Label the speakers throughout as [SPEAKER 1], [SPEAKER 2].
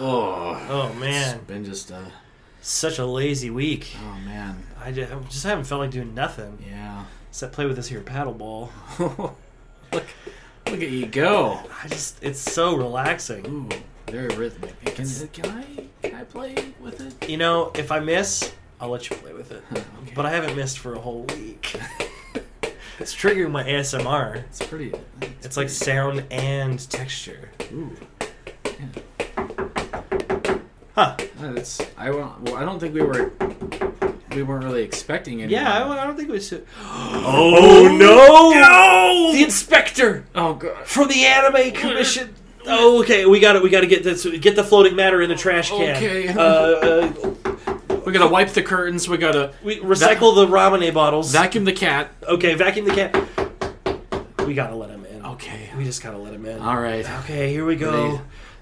[SPEAKER 1] Oh,
[SPEAKER 2] Oh,
[SPEAKER 1] been just a
[SPEAKER 2] Such a lazy week.
[SPEAKER 1] oh man,
[SPEAKER 2] I ju- I just haven't felt like doing nothing
[SPEAKER 1] yeah.
[SPEAKER 2] except play with this here paddle ball.
[SPEAKER 1] look, look at you go.
[SPEAKER 2] I just, it's so relaxing.
[SPEAKER 1] Ooh, very rhythmic. Can, can I can I play with it?
[SPEAKER 2] You know, if I miss, I'll let you play with it.
[SPEAKER 1] Okay.
[SPEAKER 2] But I haven't missed for a whole week. it's triggering my ASMR.
[SPEAKER 1] It's pretty.
[SPEAKER 2] It's like sound and texture.
[SPEAKER 1] pretty- ooh.
[SPEAKER 2] Huh.
[SPEAKER 1] Yeah, that's Uh, I won't, well, I don't think we were we weren't really expecting it.
[SPEAKER 2] Yeah, I, I don't think we should.
[SPEAKER 1] Oh,
[SPEAKER 2] no! The inspector
[SPEAKER 1] Oh god.
[SPEAKER 2] from the anime commission. Oh, okay. We got it. We got to get this. Get the floating matter in the trash can.
[SPEAKER 1] Okay.
[SPEAKER 2] Uh, uh,
[SPEAKER 1] We gotta wipe the curtains. We gotta
[SPEAKER 2] we recycle the ramen bottles.
[SPEAKER 1] vacuum the cat.
[SPEAKER 2] okay. Vacuum the can. We gotta let him in.
[SPEAKER 1] Okay.
[SPEAKER 2] We just gotta let him in.
[SPEAKER 1] All right.
[SPEAKER 2] Okay. Here we
[SPEAKER 1] Ready.
[SPEAKER 2] go.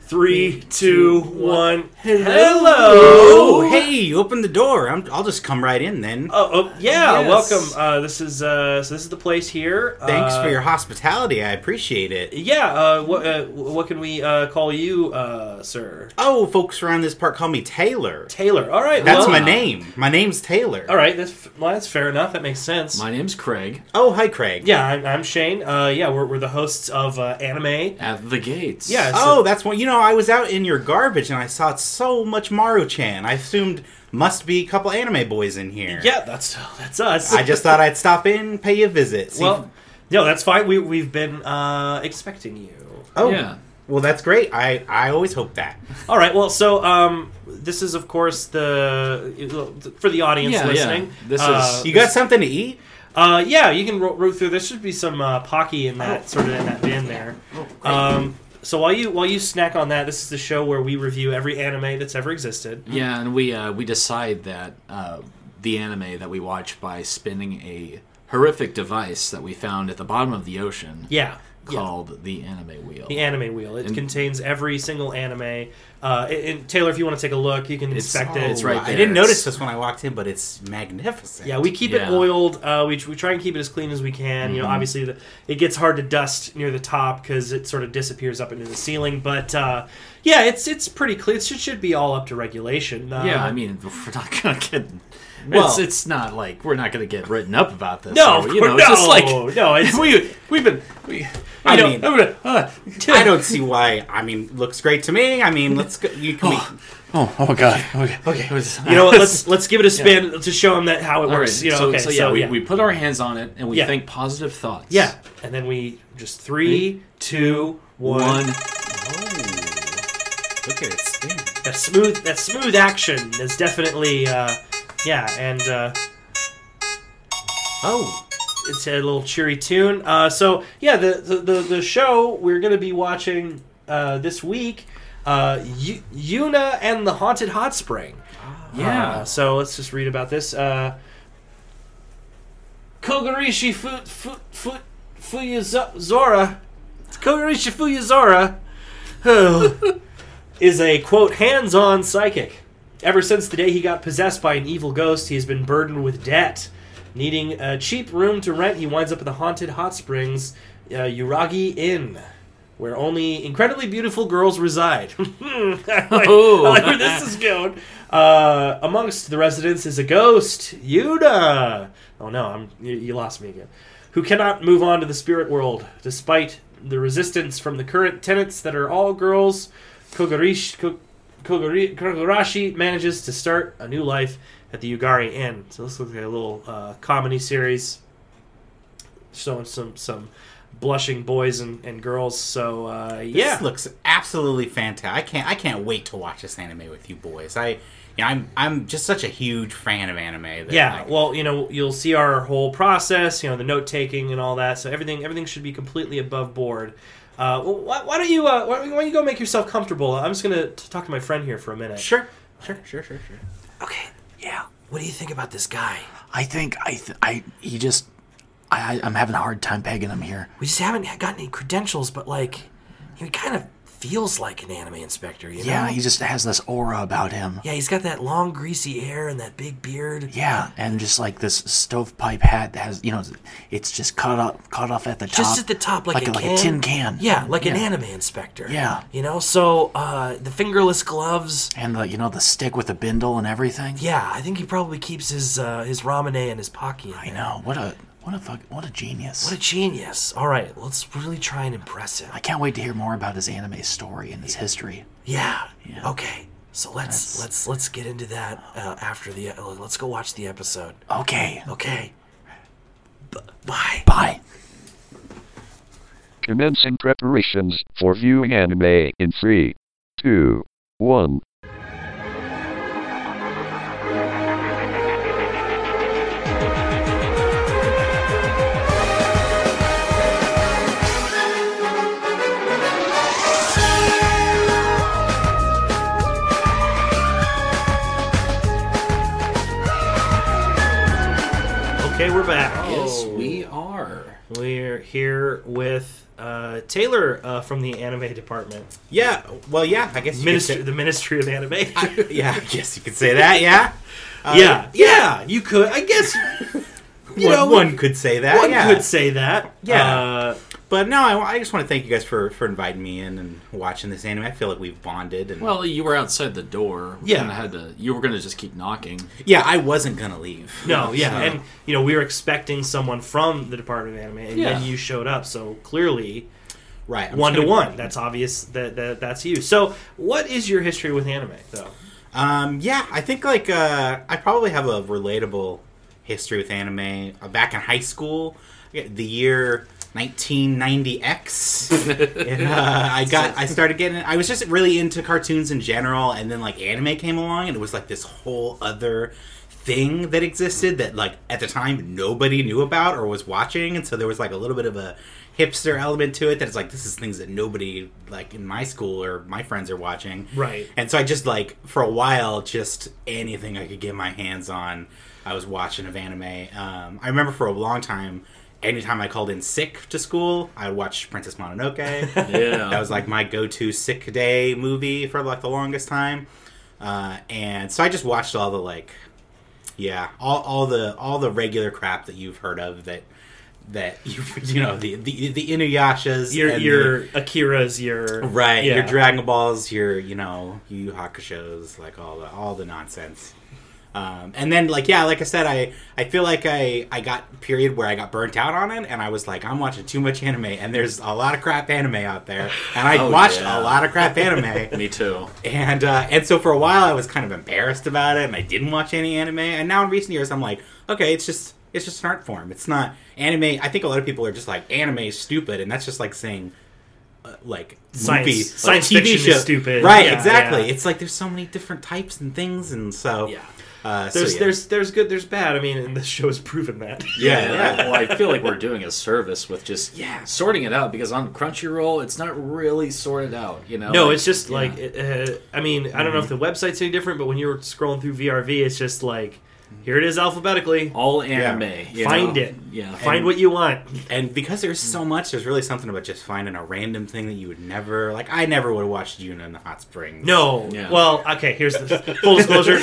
[SPEAKER 2] Three, two, one.
[SPEAKER 3] Oh,
[SPEAKER 2] Hello.
[SPEAKER 3] hey, open the door. I'm, I'll just come right in then.
[SPEAKER 2] Oh, oh yeah.
[SPEAKER 1] Yes.
[SPEAKER 2] Welcome. Uh, this is uh, so. This is the place here.
[SPEAKER 3] Thanks
[SPEAKER 2] uh,
[SPEAKER 3] for your hospitality. I appreciate it.
[SPEAKER 2] Yeah, uh, what uh, what can we uh, call you, uh, sir?
[SPEAKER 3] Oh, folks around this part call me Taylor.
[SPEAKER 2] Taylor. All right,
[SPEAKER 3] That's
[SPEAKER 2] well- uh,
[SPEAKER 3] my name. My name's Taylor.
[SPEAKER 2] All right, that's f- well, that's fair enough. That makes sense.
[SPEAKER 1] My name's Craig.
[SPEAKER 3] Oh, hi, Craig.
[SPEAKER 2] yeah, I'm, I'm Shane. Uh, yeah, we're, we're the hosts of uh, anime.
[SPEAKER 1] At the gates.
[SPEAKER 2] Yeah, it's-
[SPEAKER 3] Oh, that's one. You know, I was out in your garbage and I saw so much Maru-chan. I assumed must be a couple anime boys in here.
[SPEAKER 2] Yeah, that's that's us.
[SPEAKER 3] I just thought I'd stop in, pay you a visit. see-
[SPEAKER 2] well, no, that's fine. We we've been uh, expecting you.
[SPEAKER 3] oh,
[SPEAKER 1] Yeah.
[SPEAKER 3] Well, that's great. I I always hope that.
[SPEAKER 2] All right. Well, so um, this is of course the for the audience
[SPEAKER 1] Yeah, yeah.
[SPEAKER 2] listening.
[SPEAKER 1] This
[SPEAKER 2] uh,
[SPEAKER 1] is-
[SPEAKER 3] You got something to eat?
[SPEAKER 2] Uh, yeah, you can ro- root through. There should be some uh, pocky in that sort of in that bin there. um, so while you while you snack on that, this is the show where we review every anime that's ever existed.
[SPEAKER 1] Yeah, and we uh, we decide that uh, the anime that we watch by spinning a horrific device that we found at the bottom of the ocean
[SPEAKER 2] Yeah, yeah.
[SPEAKER 1] called the anime wheel.
[SPEAKER 2] the anime wheel. It
[SPEAKER 1] And-
[SPEAKER 2] contains every single anime. Uh, and, and Taylor, if you want to take a look, you can
[SPEAKER 1] It's-
[SPEAKER 2] inspect it.
[SPEAKER 1] it's right
[SPEAKER 3] Oh, I
[SPEAKER 1] there.
[SPEAKER 3] didn't notice this when I walked in, but it's magnificent.
[SPEAKER 2] Yeah, we keep it
[SPEAKER 1] Yeah. Mm-hmm.
[SPEAKER 2] oiled. Uh, we, we try and keep it as clean as we can. You know, obviously the, it gets hard to dust near the top because it sort of disappears up into the ceiling. But uh, yeah, it's it's pretty clean. It should, should be all up to regulation. Uh,
[SPEAKER 1] Yeah, I mean, we're not gonna get. it's
[SPEAKER 3] Well-
[SPEAKER 1] it's not like we're not gonna get written up about this.
[SPEAKER 2] no,
[SPEAKER 1] are
[SPEAKER 2] of
[SPEAKER 1] we?
[SPEAKER 2] course,
[SPEAKER 1] you
[SPEAKER 2] no,
[SPEAKER 1] know, it's just like
[SPEAKER 2] no, it's,
[SPEAKER 1] we we've been. We, you
[SPEAKER 3] I
[SPEAKER 1] know,
[SPEAKER 3] mean-
[SPEAKER 1] I'm gonna- uh,
[SPEAKER 3] I don't see why. I mean, looks great to me. I mean, let's go. You can
[SPEAKER 1] Oh, oh, oh my god. Okay. okay.
[SPEAKER 2] you know what? Let's let's give it a spin to show them that how it
[SPEAKER 1] All right.
[SPEAKER 2] works. You know,
[SPEAKER 1] so,
[SPEAKER 2] okay,
[SPEAKER 1] so yeah, we,
[SPEAKER 2] yeah.
[SPEAKER 1] we put our hands on it and we
[SPEAKER 2] Yeah.
[SPEAKER 1] think positive thoughts.
[SPEAKER 2] Yeah, and then we just three, two, one.
[SPEAKER 1] One.
[SPEAKER 3] Oh, Look at it spin.
[SPEAKER 2] That smooth that smooth action is definitely uh, yeah, and. Uh,
[SPEAKER 3] Oh,
[SPEAKER 2] it's a little cheery tune. Uh, so yeah, the, the the the show we're gonna be watching uh, this week, uh, y- Yuna and the Haunted Hot Spring.
[SPEAKER 1] Yeah.
[SPEAKER 2] Uh, so let's just read about this. Uh, Kogarishi fu, fu, fu, Fuyuzora. Kogarishi Fuyuzora who is a, quote, hands on psychic. Ever since the day he got possessed by an evil ghost, he has been burdened with debt. Needing a cheap room to rent, he winds up at the haunted hot springs, uh, Uragi Inn, where only incredibly beautiful girls reside. I like, I
[SPEAKER 1] Oh.
[SPEAKER 2] like where this is going. Uh, amongst the residents is a ghost, Yuna. Oh no, I'm, you, you lost me again. Who cannot move on to the spirit world, despite the resistance from the current tenants that are all girls. Kogarish, Ko- Kogari- Kogarashi manages to start a new life at the Yugari Inn. So this looks like a little uh, comedy series, showing some some blushing boys and, and girls. So uh, yeah,
[SPEAKER 3] this looks absolutely fantastic. I can't. I can't wait to watch this anime with you boys. I, you know, I'm I'm just such a huge fan of anime. That,
[SPEAKER 2] yeah.
[SPEAKER 3] like,
[SPEAKER 2] Well, you know, you'll see our whole process. You know, the note taking and all that. So everything everything should be completely above board. Uh, well, why, why don't you uh, why, why don't you go make yourself comfortable? I'm just gonna t- talk to my friend here for a minute.
[SPEAKER 3] sure, sure, sure, sure, sure.
[SPEAKER 1] Okay. Yeah.
[SPEAKER 2] What do you think about this guy?
[SPEAKER 1] I think I th- I he just I, I I'm having a hard time pegging him here.
[SPEAKER 2] We just haven't gotten any credentials, but like, he kind of
[SPEAKER 1] feels like an anime inspector. You
[SPEAKER 4] Yeah,
[SPEAKER 1] know?
[SPEAKER 4] he just has this aura about him.
[SPEAKER 1] yeah, he's got that long greasy hair and that big beard.
[SPEAKER 4] Yeah, and just like this stovepipe hat that has, you know, it's just cut off, cut off at the top,
[SPEAKER 1] just at the top, like,
[SPEAKER 4] like
[SPEAKER 1] a,
[SPEAKER 4] a- like a
[SPEAKER 1] can.
[SPEAKER 4] tin can.
[SPEAKER 1] Yeah, like an anime inspector.
[SPEAKER 4] Yeah.
[SPEAKER 1] you know. So uh, the fingerless gloves.
[SPEAKER 4] and the you know the stick with the bindle and everything.
[SPEAKER 1] Yeah, I think he probably keeps his uh, his ramen in his pocket.
[SPEAKER 4] I know what a what a fuck what a genius.
[SPEAKER 1] What a genius! All right, let's really try and impress him.
[SPEAKER 4] I can't wait to hear more about his anime story and his history.
[SPEAKER 1] Yeah. Okay. So let's let's let's get into that uh, after the. Uh, let's go watch the episode.
[SPEAKER 4] Okay,
[SPEAKER 1] Okay. B- bye.
[SPEAKER 4] bye.
[SPEAKER 5] Commencing preparations for viewing anime in 3, 2, 1.
[SPEAKER 2] Okay, we're back.
[SPEAKER 4] we are.
[SPEAKER 2] We're here with uh, Taylor uh, from the anime department,
[SPEAKER 3] Yeah. Well, yeah. I guess you
[SPEAKER 2] Ministry,
[SPEAKER 3] Could
[SPEAKER 2] the Ministry of Anime.
[SPEAKER 3] say, yeah, I guess you could say that. Yeah. Uh,
[SPEAKER 2] Yeah.
[SPEAKER 3] Yeah. You could. I guess. You
[SPEAKER 2] One-
[SPEAKER 3] know,
[SPEAKER 2] one-
[SPEAKER 3] one could say that.
[SPEAKER 2] One
[SPEAKER 3] yeah.
[SPEAKER 2] could say that.
[SPEAKER 3] Yeah.
[SPEAKER 2] Uh,
[SPEAKER 3] But no, I, I just want to thank you guys for for inviting me in and watching this anime. I feel like we've bonded. And
[SPEAKER 4] Well, you were outside the door.
[SPEAKER 2] Yeah.
[SPEAKER 4] and had to. You were gonna just keep knocking.
[SPEAKER 3] yeah, I wasn't gonna leave.
[SPEAKER 2] no, yeah,
[SPEAKER 3] So-
[SPEAKER 2] and you know we were expecting someone from the Department of Anime, and
[SPEAKER 4] Yeah.
[SPEAKER 2] then you showed up. So clearly,
[SPEAKER 3] right, I'm
[SPEAKER 2] one
[SPEAKER 3] just
[SPEAKER 2] to
[SPEAKER 3] gonna-
[SPEAKER 2] one. That's obvious. That, that that's you. So, what is your history with anime, though?
[SPEAKER 3] Um, yeah, I think like uh, I probably have a relatable history with anime. Uh, back in high school, yeah, the year 1990X, and, uh, I got I started getting. I was just really into cartoons in general, and then like anime came along, and it was like this whole other thing that existed that like at the time nobody knew about or was watching and so there was like a little bit of a hipster element to it that it's like this is things that nobody like in my school or my friends are watching
[SPEAKER 2] Right.
[SPEAKER 3] and so I just like for a while, just anything I could get my hands on, I was watching of anime. Um, I remember for a long time, anytime I called in sick to school, I watched Princess Mononoke.
[SPEAKER 4] Yeah.
[SPEAKER 3] that was like my go-to sick day movie for like the longest time. Uh, and so I just watched all the like, yeah, all, all the all the regular crap that you've heard of that that you you know the the, the Inuyashas,
[SPEAKER 2] Your
[SPEAKER 3] and the-
[SPEAKER 2] your Akira's your
[SPEAKER 3] Right,
[SPEAKER 2] Yeah.
[SPEAKER 3] your Dragon Balls, your you know Yu Yu Hakusho's, like all the all the nonsense. Um, and then like yeah, like I said, I I feel like I I got a period where I got burnt out on it, and I was like, I'm watching too much anime, and there's a lot of crap anime out there, and I
[SPEAKER 4] Oh,
[SPEAKER 3] watched a
[SPEAKER 4] yeah.
[SPEAKER 3] lot of crap anime
[SPEAKER 4] Me too.
[SPEAKER 3] and uh, and so for a while I was kind of embarrassed about it, and I didn't watch any anime. And now in recent years, I'm like, okay, it's just it's just an art form. It's not anime. I think a lot of people are just like anime is stupid, and that's just like saying uh, like
[SPEAKER 2] Science-
[SPEAKER 3] movie,
[SPEAKER 2] science
[SPEAKER 3] like, TV
[SPEAKER 2] fiction is
[SPEAKER 3] show.
[SPEAKER 2] stupid.
[SPEAKER 3] right?
[SPEAKER 2] Yeah,
[SPEAKER 3] exactly.
[SPEAKER 2] yeah.
[SPEAKER 3] It's like there's so many different types and things, and so
[SPEAKER 4] Yeah.
[SPEAKER 3] uh, so
[SPEAKER 2] There's
[SPEAKER 3] yeah.
[SPEAKER 2] there's there's good there's bad. I mean, and this show has proven that.
[SPEAKER 3] yeah,
[SPEAKER 4] Yeah,
[SPEAKER 3] yeah.
[SPEAKER 4] well, I feel like we're doing a service with just
[SPEAKER 3] Yeah.
[SPEAKER 4] sorting it out because on Crunchyroll, it's not really sorted out, you know?
[SPEAKER 2] No,
[SPEAKER 4] Like,
[SPEAKER 2] it's just
[SPEAKER 4] yeah.
[SPEAKER 2] like uh, I mean, I don't know if the website's any different, but when you're scrolling through VRV, it's just like here it is alphabetically.
[SPEAKER 4] all anime. you
[SPEAKER 2] Find
[SPEAKER 4] know?
[SPEAKER 2] it.
[SPEAKER 4] Yeah.
[SPEAKER 2] Find what you want.
[SPEAKER 3] and because there's so
[SPEAKER 2] Mm.
[SPEAKER 3] much, there's really something about just finding a random thing that you would never like. I never would have watched Yuna in the Hot Springs.
[SPEAKER 2] No.
[SPEAKER 4] Yeah.
[SPEAKER 2] Well, okay. Here's the full disclosure.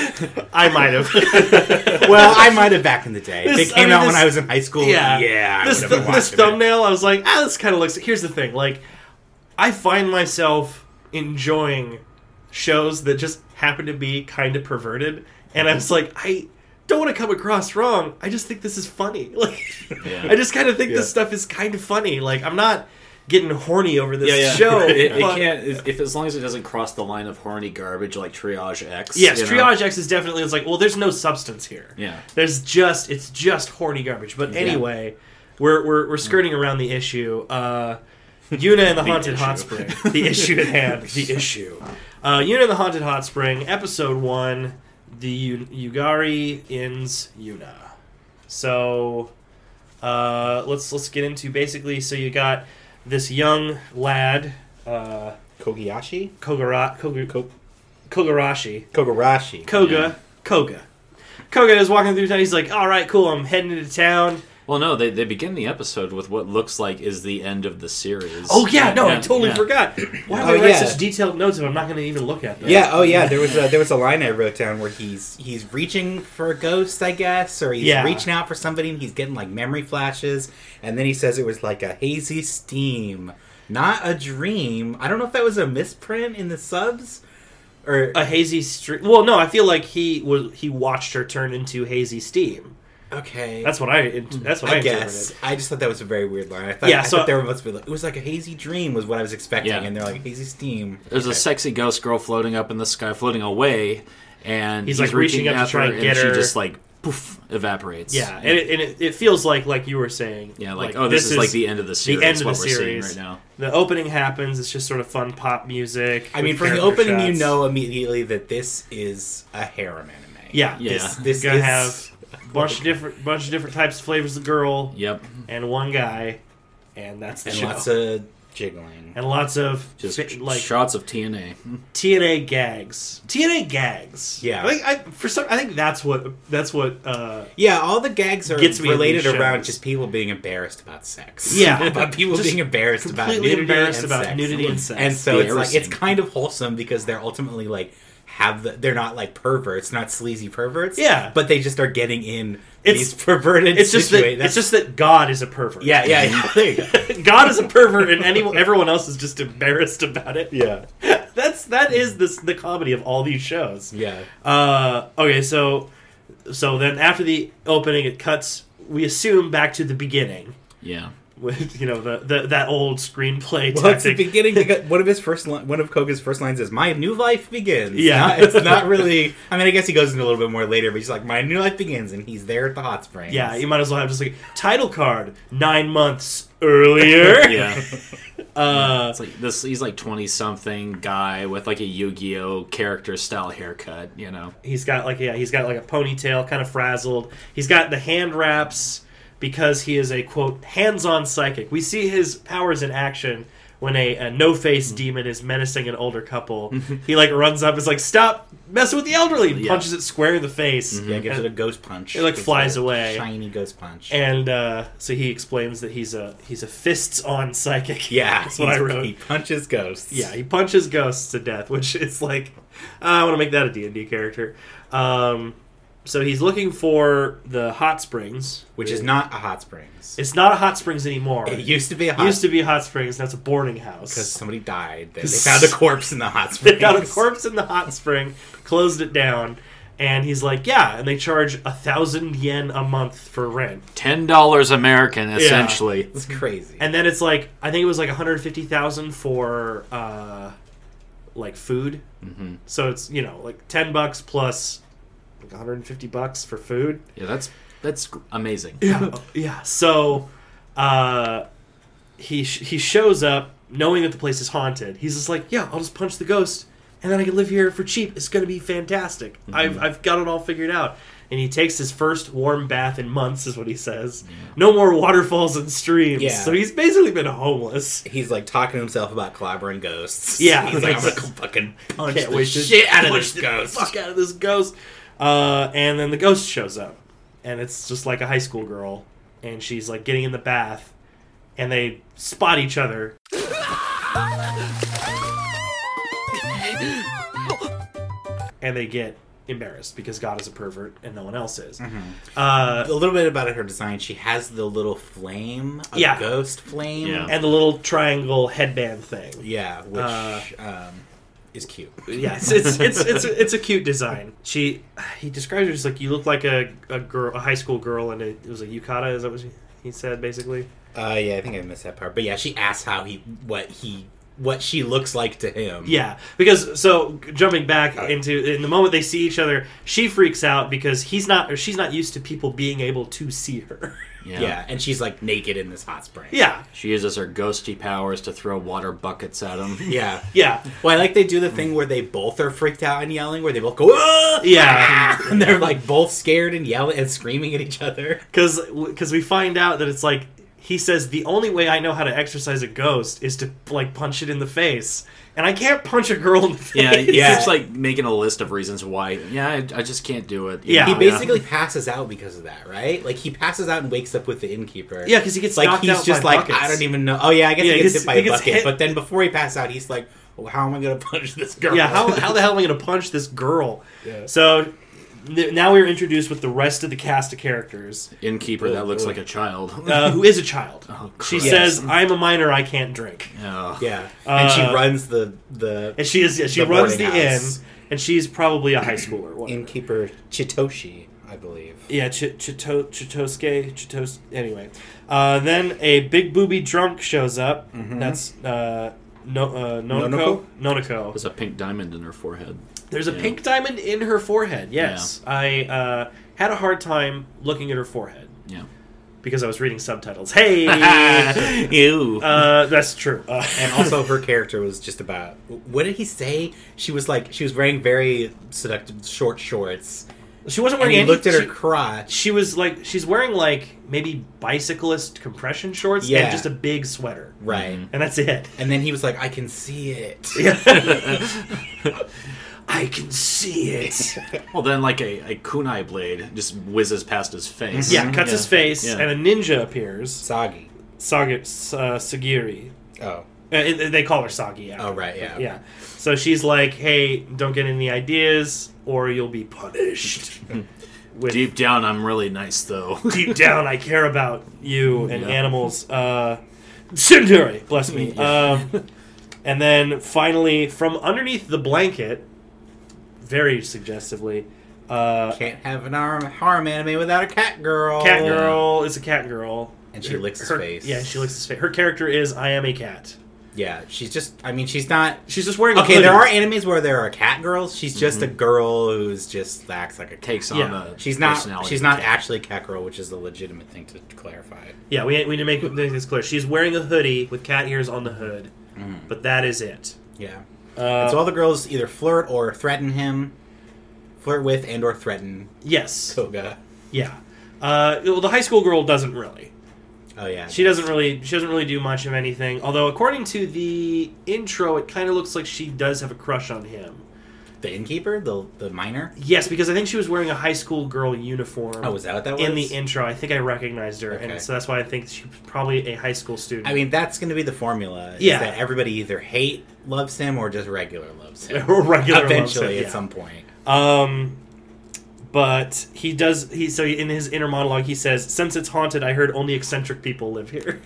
[SPEAKER 2] I might have.
[SPEAKER 3] well, I might have back in the day. If
[SPEAKER 2] This-
[SPEAKER 3] it came
[SPEAKER 2] I mean,
[SPEAKER 3] out
[SPEAKER 2] this-
[SPEAKER 3] when I was in high school.
[SPEAKER 2] yeah.
[SPEAKER 3] Yeah, yeah. I
[SPEAKER 2] this
[SPEAKER 3] would have been
[SPEAKER 2] this
[SPEAKER 3] watching it.
[SPEAKER 2] thumbnail, I was like, ah, this kind of looks. Here's the thing. Like, I find myself enjoying shows that just happen to be kind of perverted, and I was like, I don't want to come across wrong. I just think this is funny. Like,
[SPEAKER 4] Yeah.
[SPEAKER 2] I just kind of think
[SPEAKER 3] Yeah.
[SPEAKER 2] this stuff is kind of funny. Like, I'm not getting horny over this
[SPEAKER 4] yeah, yeah.
[SPEAKER 2] show.
[SPEAKER 4] It, it
[SPEAKER 2] but-
[SPEAKER 4] can't, if, if- as long as it doesn't cross the line of horny garbage like Triage X.
[SPEAKER 2] Yes,
[SPEAKER 4] you know?
[SPEAKER 2] Triage X is definitely it's like, well, there's no substance here.
[SPEAKER 4] Yeah.
[SPEAKER 2] There's just it's just horny garbage. But anyway, we're, we're we're skirting around the issue. Uh Yuna and the Haunted Hot Spring. The issue at hand. The issue. Uh Yuna and the Haunted Hot Spring, episode one, the U- Yugari ins Yuna. So uh let's let's get into basically so you got this young lad, uh
[SPEAKER 3] Kogiyashi?
[SPEAKER 2] Kogara Kogu, Kogarashi.
[SPEAKER 3] Kogarashi.
[SPEAKER 2] Koga, Koga. Koga is walking through town. He's like, all right, cool. I'm heading into town.
[SPEAKER 4] Well, no, they, they begin the episode with what looks like is the end of the series.
[SPEAKER 2] Oh yeah, no, I totally
[SPEAKER 4] yeah.
[SPEAKER 2] forgot. Why
[SPEAKER 3] Oh,
[SPEAKER 2] would I write
[SPEAKER 3] yeah.
[SPEAKER 2] such detailed notes if I'm not going to even look at them?
[SPEAKER 3] Yeah. Oh, yeah. There was a, there was a line I wrote down where he's he's reaching for a ghost, I guess, or he's
[SPEAKER 2] Yeah.
[SPEAKER 3] reaching out for somebody, and he's getting like memory flashes, and then he says it was like a hazy steam, not a dream. I don't know if that was a misprint in the subs, or
[SPEAKER 2] a hazy stream. Well, no, I feel like he was he watched her turn into hazy steam.
[SPEAKER 3] okay.
[SPEAKER 2] That's what I. That's what I,
[SPEAKER 3] Mm, I
[SPEAKER 2] interpreted.
[SPEAKER 3] guess. I just thought that was a very weird line. I thought,
[SPEAKER 2] Yeah,
[SPEAKER 3] I
[SPEAKER 2] so-
[SPEAKER 3] thought there must be like, it was like a hazy dream was what I was expecting,
[SPEAKER 4] Yeah.
[SPEAKER 3] and they're like hazy steam.
[SPEAKER 4] There's a
[SPEAKER 3] Okay.
[SPEAKER 4] sexy ghost girl floating up in the sky, floating away, and
[SPEAKER 2] He's, like, reaching up to
[SPEAKER 4] after
[SPEAKER 2] try and get
[SPEAKER 4] she
[SPEAKER 2] her.
[SPEAKER 4] just like poof evaporates.
[SPEAKER 2] Yeah, and it, and it, it feels like like you were saying.
[SPEAKER 4] yeah, like, oh, this, is, like the end of the series.
[SPEAKER 2] end of
[SPEAKER 4] what
[SPEAKER 2] the
[SPEAKER 4] we're
[SPEAKER 2] series.
[SPEAKER 4] seeing right now.
[SPEAKER 2] The opening happens. It's just sort of fun pop music.
[SPEAKER 3] I mean,
[SPEAKER 2] with
[SPEAKER 3] from the
[SPEAKER 2] character
[SPEAKER 3] opening, you
[SPEAKER 2] shots.
[SPEAKER 3] know immediately that this is a harem anime.
[SPEAKER 2] Yeah,
[SPEAKER 4] Yeah.
[SPEAKER 2] This,
[SPEAKER 3] This
[SPEAKER 2] gonna
[SPEAKER 3] is-
[SPEAKER 2] have a bunch of different bunch of different types of flavors of girl
[SPEAKER 4] Yep.
[SPEAKER 2] and one guy, and that's the
[SPEAKER 3] and
[SPEAKER 2] show.
[SPEAKER 3] lots of jiggling.
[SPEAKER 2] and lots of
[SPEAKER 4] Just
[SPEAKER 2] fi- like
[SPEAKER 4] shots of TNA.
[SPEAKER 2] TNA gags. TNA gags.
[SPEAKER 3] Yeah.
[SPEAKER 2] I think I for some I think that's what that's what uh
[SPEAKER 3] Yeah, all the gags are
[SPEAKER 2] Gets me in
[SPEAKER 3] related
[SPEAKER 2] these
[SPEAKER 3] around
[SPEAKER 2] shows.
[SPEAKER 3] just people being embarrassed about sex.
[SPEAKER 2] Yeah.
[SPEAKER 3] about people
[SPEAKER 2] Just
[SPEAKER 3] being embarrassed about
[SPEAKER 2] completely
[SPEAKER 3] nudity
[SPEAKER 2] embarrassed
[SPEAKER 3] and
[SPEAKER 2] about
[SPEAKER 3] sex.
[SPEAKER 2] nudity and sex.
[SPEAKER 3] And so it's like it's
[SPEAKER 4] Embarrassing.
[SPEAKER 3] kind of wholesome because they're ultimately like have the, they're not like perverts, not sleazy perverts.
[SPEAKER 2] Yeah.
[SPEAKER 3] but they just are getting in
[SPEAKER 2] It's-
[SPEAKER 3] these perverted.
[SPEAKER 2] it's just that
[SPEAKER 3] situations.
[SPEAKER 2] it's just that God is a pervert.
[SPEAKER 3] yeah, yeah, yeah. There you go.
[SPEAKER 2] God is a pervert and anyone everyone else is just embarrassed about it.
[SPEAKER 3] yeah,
[SPEAKER 2] That's that is this the comedy of all these shows.
[SPEAKER 3] yeah.
[SPEAKER 2] Uh okay, so so then after the opening it cuts we assume back to the beginning
[SPEAKER 4] Yeah.
[SPEAKER 2] with you know the, the that old screenplay
[SPEAKER 3] Well, it's the
[SPEAKER 2] tactic.
[SPEAKER 3] beginning. because One of his first, li- one of Koga's first lines is "My new life begins."
[SPEAKER 2] Yeah.
[SPEAKER 3] Not- it's not really. I mean, I guess he goes into a little bit more later, but he's like, "My new life begins," and he's there at the hot springs.
[SPEAKER 2] yeah, you might as well have just like title card 9 months earlier.
[SPEAKER 4] Yeah.
[SPEAKER 2] Uh
[SPEAKER 4] It's like this he's like 20 something guy with like a Yu-Gi-Oh character style haircut, you know.
[SPEAKER 2] He's got like yeah, he's got like a ponytail, kind of frazzled. He's got the hand wraps because he is a quote hands-on psychic. We see his powers in action when a, a no-face
[SPEAKER 3] Mm-hmm.
[SPEAKER 2] demon is menacing an older couple. he like runs up, is like stop messing with the elderly, and
[SPEAKER 4] Yeah.
[SPEAKER 2] punches it square in the face.
[SPEAKER 3] Mm-hmm. Yeah, gives it a
[SPEAKER 2] and,
[SPEAKER 3] ghost punch.
[SPEAKER 2] It, like,
[SPEAKER 3] Gives
[SPEAKER 2] flies
[SPEAKER 3] a
[SPEAKER 2] away.
[SPEAKER 3] Shiny ghost punch.
[SPEAKER 2] and, uh, so he explains that he's a he's a fists-on psychic.
[SPEAKER 3] yeah,
[SPEAKER 2] that's what I
[SPEAKER 3] he's-
[SPEAKER 2] wrote.
[SPEAKER 3] He punches ghosts.
[SPEAKER 2] Yeah, he punches ghosts to death, which is like uh, I want to make that a D&D character. Um, so he's looking for the hot springs,
[SPEAKER 3] which is not a hot springs.
[SPEAKER 2] it's not a hot springs anymore.
[SPEAKER 3] It
[SPEAKER 2] It
[SPEAKER 3] used to be a hot
[SPEAKER 2] used to be hot springs, now it's a boarding
[SPEAKER 3] because
[SPEAKER 2] house.
[SPEAKER 3] somebody died. They they found a corpse in the hot springs.
[SPEAKER 2] They found a corpse in the hot spring, closed it down, and he's like, "Yeah," and they charge a thousand yen a month for rent.
[SPEAKER 4] $10 American essentially.
[SPEAKER 3] It's crazy.
[SPEAKER 2] And then it's like I think it was like 150,000 for uh like food. Mm-hmm. So it's, you know, like 10 bucks plus like 150 bucks for food.
[SPEAKER 4] Yeah, that's that's amazing.
[SPEAKER 2] Yeah. Oh, yeah. So uh he sh- he shows up knowing that the place is haunted. He's just like, "Yeah, I'll just punch the ghost and then I can live here for cheap. It's going to be fantastic. I've I've got it all figured out." And he takes his first warm bath in months, is what he says. No more waterfalls and streams.
[SPEAKER 3] Yeah.
[SPEAKER 2] So he's basically been homeless.
[SPEAKER 3] He's like talking to himself about clobbering ghosts.
[SPEAKER 2] Yeah.
[SPEAKER 3] he's like, I'm gonna fucking punch
[SPEAKER 2] Can't
[SPEAKER 3] the
[SPEAKER 2] wait to
[SPEAKER 3] shit out of
[SPEAKER 2] punch
[SPEAKER 3] this
[SPEAKER 2] the
[SPEAKER 3] ghost.
[SPEAKER 2] fuck out of this ghost. Uh, and then the ghost shows up, and it's just like a high school girl, and she's like getting in the bath, and they spot each other. And they get embarrassed because God is a pervert and no one else is.
[SPEAKER 3] Mm-hmm.
[SPEAKER 2] Uh,
[SPEAKER 3] a little bit about her design. She has the little flame, a
[SPEAKER 2] Yeah.
[SPEAKER 3] ghost flame.
[SPEAKER 4] Yeah.
[SPEAKER 2] and the little triangle headband thing.
[SPEAKER 3] Yeah,
[SPEAKER 2] Uh,
[SPEAKER 3] which um, is cute.
[SPEAKER 2] Yes, it's it's it's it's a cute design. She he describes her as like you look like a, a girl, a high school girl, and it, it was a yukata. Is that what she, he said basically?
[SPEAKER 3] Uh, yeah, I think I missed that part. But yeah, she asks how he, what he, what she looks like to him.
[SPEAKER 2] Yeah, because so jumping back into in the moment they see each other, she freaks out because he's not or she's not used to people being able to see her.
[SPEAKER 4] Yeah.
[SPEAKER 3] yeah, and she's like naked in this hot spring.
[SPEAKER 2] yeah,
[SPEAKER 4] She uses her ghosty powers to throw water buckets at him.
[SPEAKER 3] yeah.
[SPEAKER 2] yeah,
[SPEAKER 3] Well, I like they do the thing where they both are freaked out and yelling, where they both go, "Ah!"
[SPEAKER 2] Yeah.
[SPEAKER 3] and they're like both scared and yelling and screaming at each other.
[SPEAKER 2] because because we find out that it's like he says the only way I know how to exercise a ghost is to like punch it in the face, and I can't punch a girl in the face.
[SPEAKER 4] Yeah, he
[SPEAKER 3] Yeah.
[SPEAKER 4] keeps like making a list of reasons why. Yeah, I, I just can't do it.
[SPEAKER 2] Yeah.
[SPEAKER 3] He
[SPEAKER 4] You know?
[SPEAKER 3] basically passes out because of that, right? Like he passes out and wakes up with the innkeeper.
[SPEAKER 2] Yeah, 'cause he gets
[SPEAKER 3] like
[SPEAKER 2] knocked
[SPEAKER 3] he's
[SPEAKER 2] out
[SPEAKER 3] just
[SPEAKER 2] by
[SPEAKER 3] like
[SPEAKER 2] buckets.
[SPEAKER 3] I don't even know. Oh yeah, I guess
[SPEAKER 2] Yeah,
[SPEAKER 3] he
[SPEAKER 2] he
[SPEAKER 3] gets
[SPEAKER 2] gets-
[SPEAKER 3] hit by
[SPEAKER 2] he
[SPEAKER 3] a
[SPEAKER 2] gets
[SPEAKER 3] bucket.
[SPEAKER 2] hit.
[SPEAKER 3] But then before he passes out, he's like, well, "How am I gonna punch this girl?"
[SPEAKER 2] yeah how, how the hell am i going to punch this girl
[SPEAKER 3] Yeah.
[SPEAKER 2] so n- now we're introduced with the rest of the cast of characters
[SPEAKER 4] innkeeper that looks like a child.
[SPEAKER 2] uh, who is a child
[SPEAKER 3] Oh,
[SPEAKER 2] she
[SPEAKER 4] Christ.
[SPEAKER 2] says i'm a minor i can't drink
[SPEAKER 4] Oh.
[SPEAKER 3] Mm. yeah, and she
[SPEAKER 2] Uh,
[SPEAKER 3] runs the the
[SPEAKER 2] and she is yeah, she
[SPEAKER 3] The
[SPEAKER 2] runs the
[SPEAKER 3] boarding house.
[SPEAKER 2] inn and she's probably a high schooler whatever.
[SPEAKER 3] innkeeper Chitoshi, I believe.
[SPEAKER 2] yeah Ch- Chito- chitosuke chitos anyway uh, then a big booby drunk shows up
[SPEAKER 3] Mm-hmm.
[SPEAKER 2] that's uh, no, uh, Nonoko? Nonoko.
[SPEAKER 4] There's a pink diamond in her forehead.
[SPEAKER 2] There's a
[SPEAKER 4] Yeah.
[SPEAKER 2] pink diamond in her forehead. Yes, I uh, had a hard time looking at her forehead.
[SPEAKER 4] Yeah.
[SPEAKER 2] because I was reading subtitles. Hey,
[SPEAKER 4] Ew.
[SPEAKER 2] uh, that's true. Uh,
[SPEAKER 3] And also, her character was just about. What did he say? She was like, she was wearing very seductive short shorts,
[SPEAKER 2] she wasn't
[SPEAKER 3] and
[SPEAKER 2] wearing.
[SPEAKER 3] he
[SPEAKER 2] any,
[SPEAKER 3] looked at her
[SPEAKER 2] She,
[SPEAKER 3] crotch.
[SPEAKER 2] she was like, she's wearing like maybe bicyclist compression shorts
[SPEAKER 3] Yeah.
[SPEAKER 2] and just a big sweater,
[SPEAKER 3] Right,
[SPEAKER 2] and that's it.
[SPEAKER 3] and then he was like, "I can see it."
[SPEAKER 2] I can see it.
[SPEAKER 4] well, then like a, a kunai blade just whizzes past his face.
[SPEAKER 2] yeah, cuts his face,
[SPEAKER 4] Yeah.
[SPEAKER 2] and a ninja appears.
[SPEAKER 3] Soggy.
[SPEAKER 2] Sagi, uh, Sagiri.
[SPEAKER 3] Oh,
[SPEAKER 2] Uh, it- they call her Sagi. Yeah.
[SPEAKER 3] oh, right, yeah,
[SPEAKER 2] Yeah. So she's like, "Hey, don't get any ideas, or you'll be punished." With
[SPEAKER 4] Deep down, I'm really nice though.
[SPEAKER 2] deep down I care about you and
[SPEAKER 4] Yeah.
[SPEAKER 2] animals. Uh, Shindori, bless me. Um, and then finally, from underneath the blanket, very suggestively, uh,
[SPEAKER 3] Can't have an arm harm anime without a cat girl.
[SPEAKER 2] cat girl is a cat girl.
[SPEAKER 3] Oh. And she licks his
[SPEAKER 2] Her-
[SPEAKER 3] face.
[SPEAKER 2] Yeah, she licks his face. Her character is I am a cat.
[SPEAKER 3] Yeah, she's just. I mean, she's not.
[SPEAKER 2] She's just wearing. a
[SPEAKER 3] Okay, there are
[SPEAKER 2] hoodie.
[SPEAKER 3] animes where there are cat girls. She's just
[SPEAKER 2] Mm-hmm.
[SPEAKER 3] a girl who's just acts like a cat.
[SPEAKER 4] Takes on
[SPEAKER 2] Yeah.
[SPEAKER 4] a
[SPEAKER 3] She's not.
[SPEAKER 4] personality
[SPEAKER 3] She's not
[SPEAKER 4] attack.
[SPEAKER 3] actually a cat girl, which is the legitimate thing to clarify.
[SPEAKER 2] Yeah, we, we need to make, make this clear. She's wearing a hoodie with cat ears on the hood, but that is it.
[SPEAKER 3] Yeah.
[SPEAKER 2] Uh,
[SPEAKER 3] so all the girls either flirt or threaten him, flirt with and or threaten
[SPEAKER 2] yes.
[SPEAKER 3] Koga.
[SPEAKER 2] Yeah. Uh, well, the high school girl doesn't really.
[SPEAKER 3] Oh yeah.
[SPEAKER 2] She doesn't really she doesn't really do much of anything. Although according to the intro, it kind of looks like she does have a crush on him.
[SPEAKER 3] the innkeeper, the the miner.
[SPEAKER 2] Yes, because I think she was wearing a high school girl uniform.
[SPEAKER 3] Oh, was that what that was?
[SPEAKER 2] in the intro? I think I recognized her,
[SPEAKER 3] Okay.
[SPEAKER 2] and so that's why I think she's probably a high school student.
[SPEAKER 3] I mean, that's going to be the formula. Is
[SPEAKER 2] Yeah.
[SPEAKER 3] That everybody either hate loves him or just regular loves him.
[SPEAKER 2] Or regular loves
[SPEAKER 3] Eventually,
[SPEAKER 2] him,
[SPEAKER 3] at
[SPEAKER 2] yeah.
[SPEAKER 3] some point.
[SPEAKER 2] um, but he does he so in his inner monologue he says, "Since it's haunted, I heard only eccentric people live here,"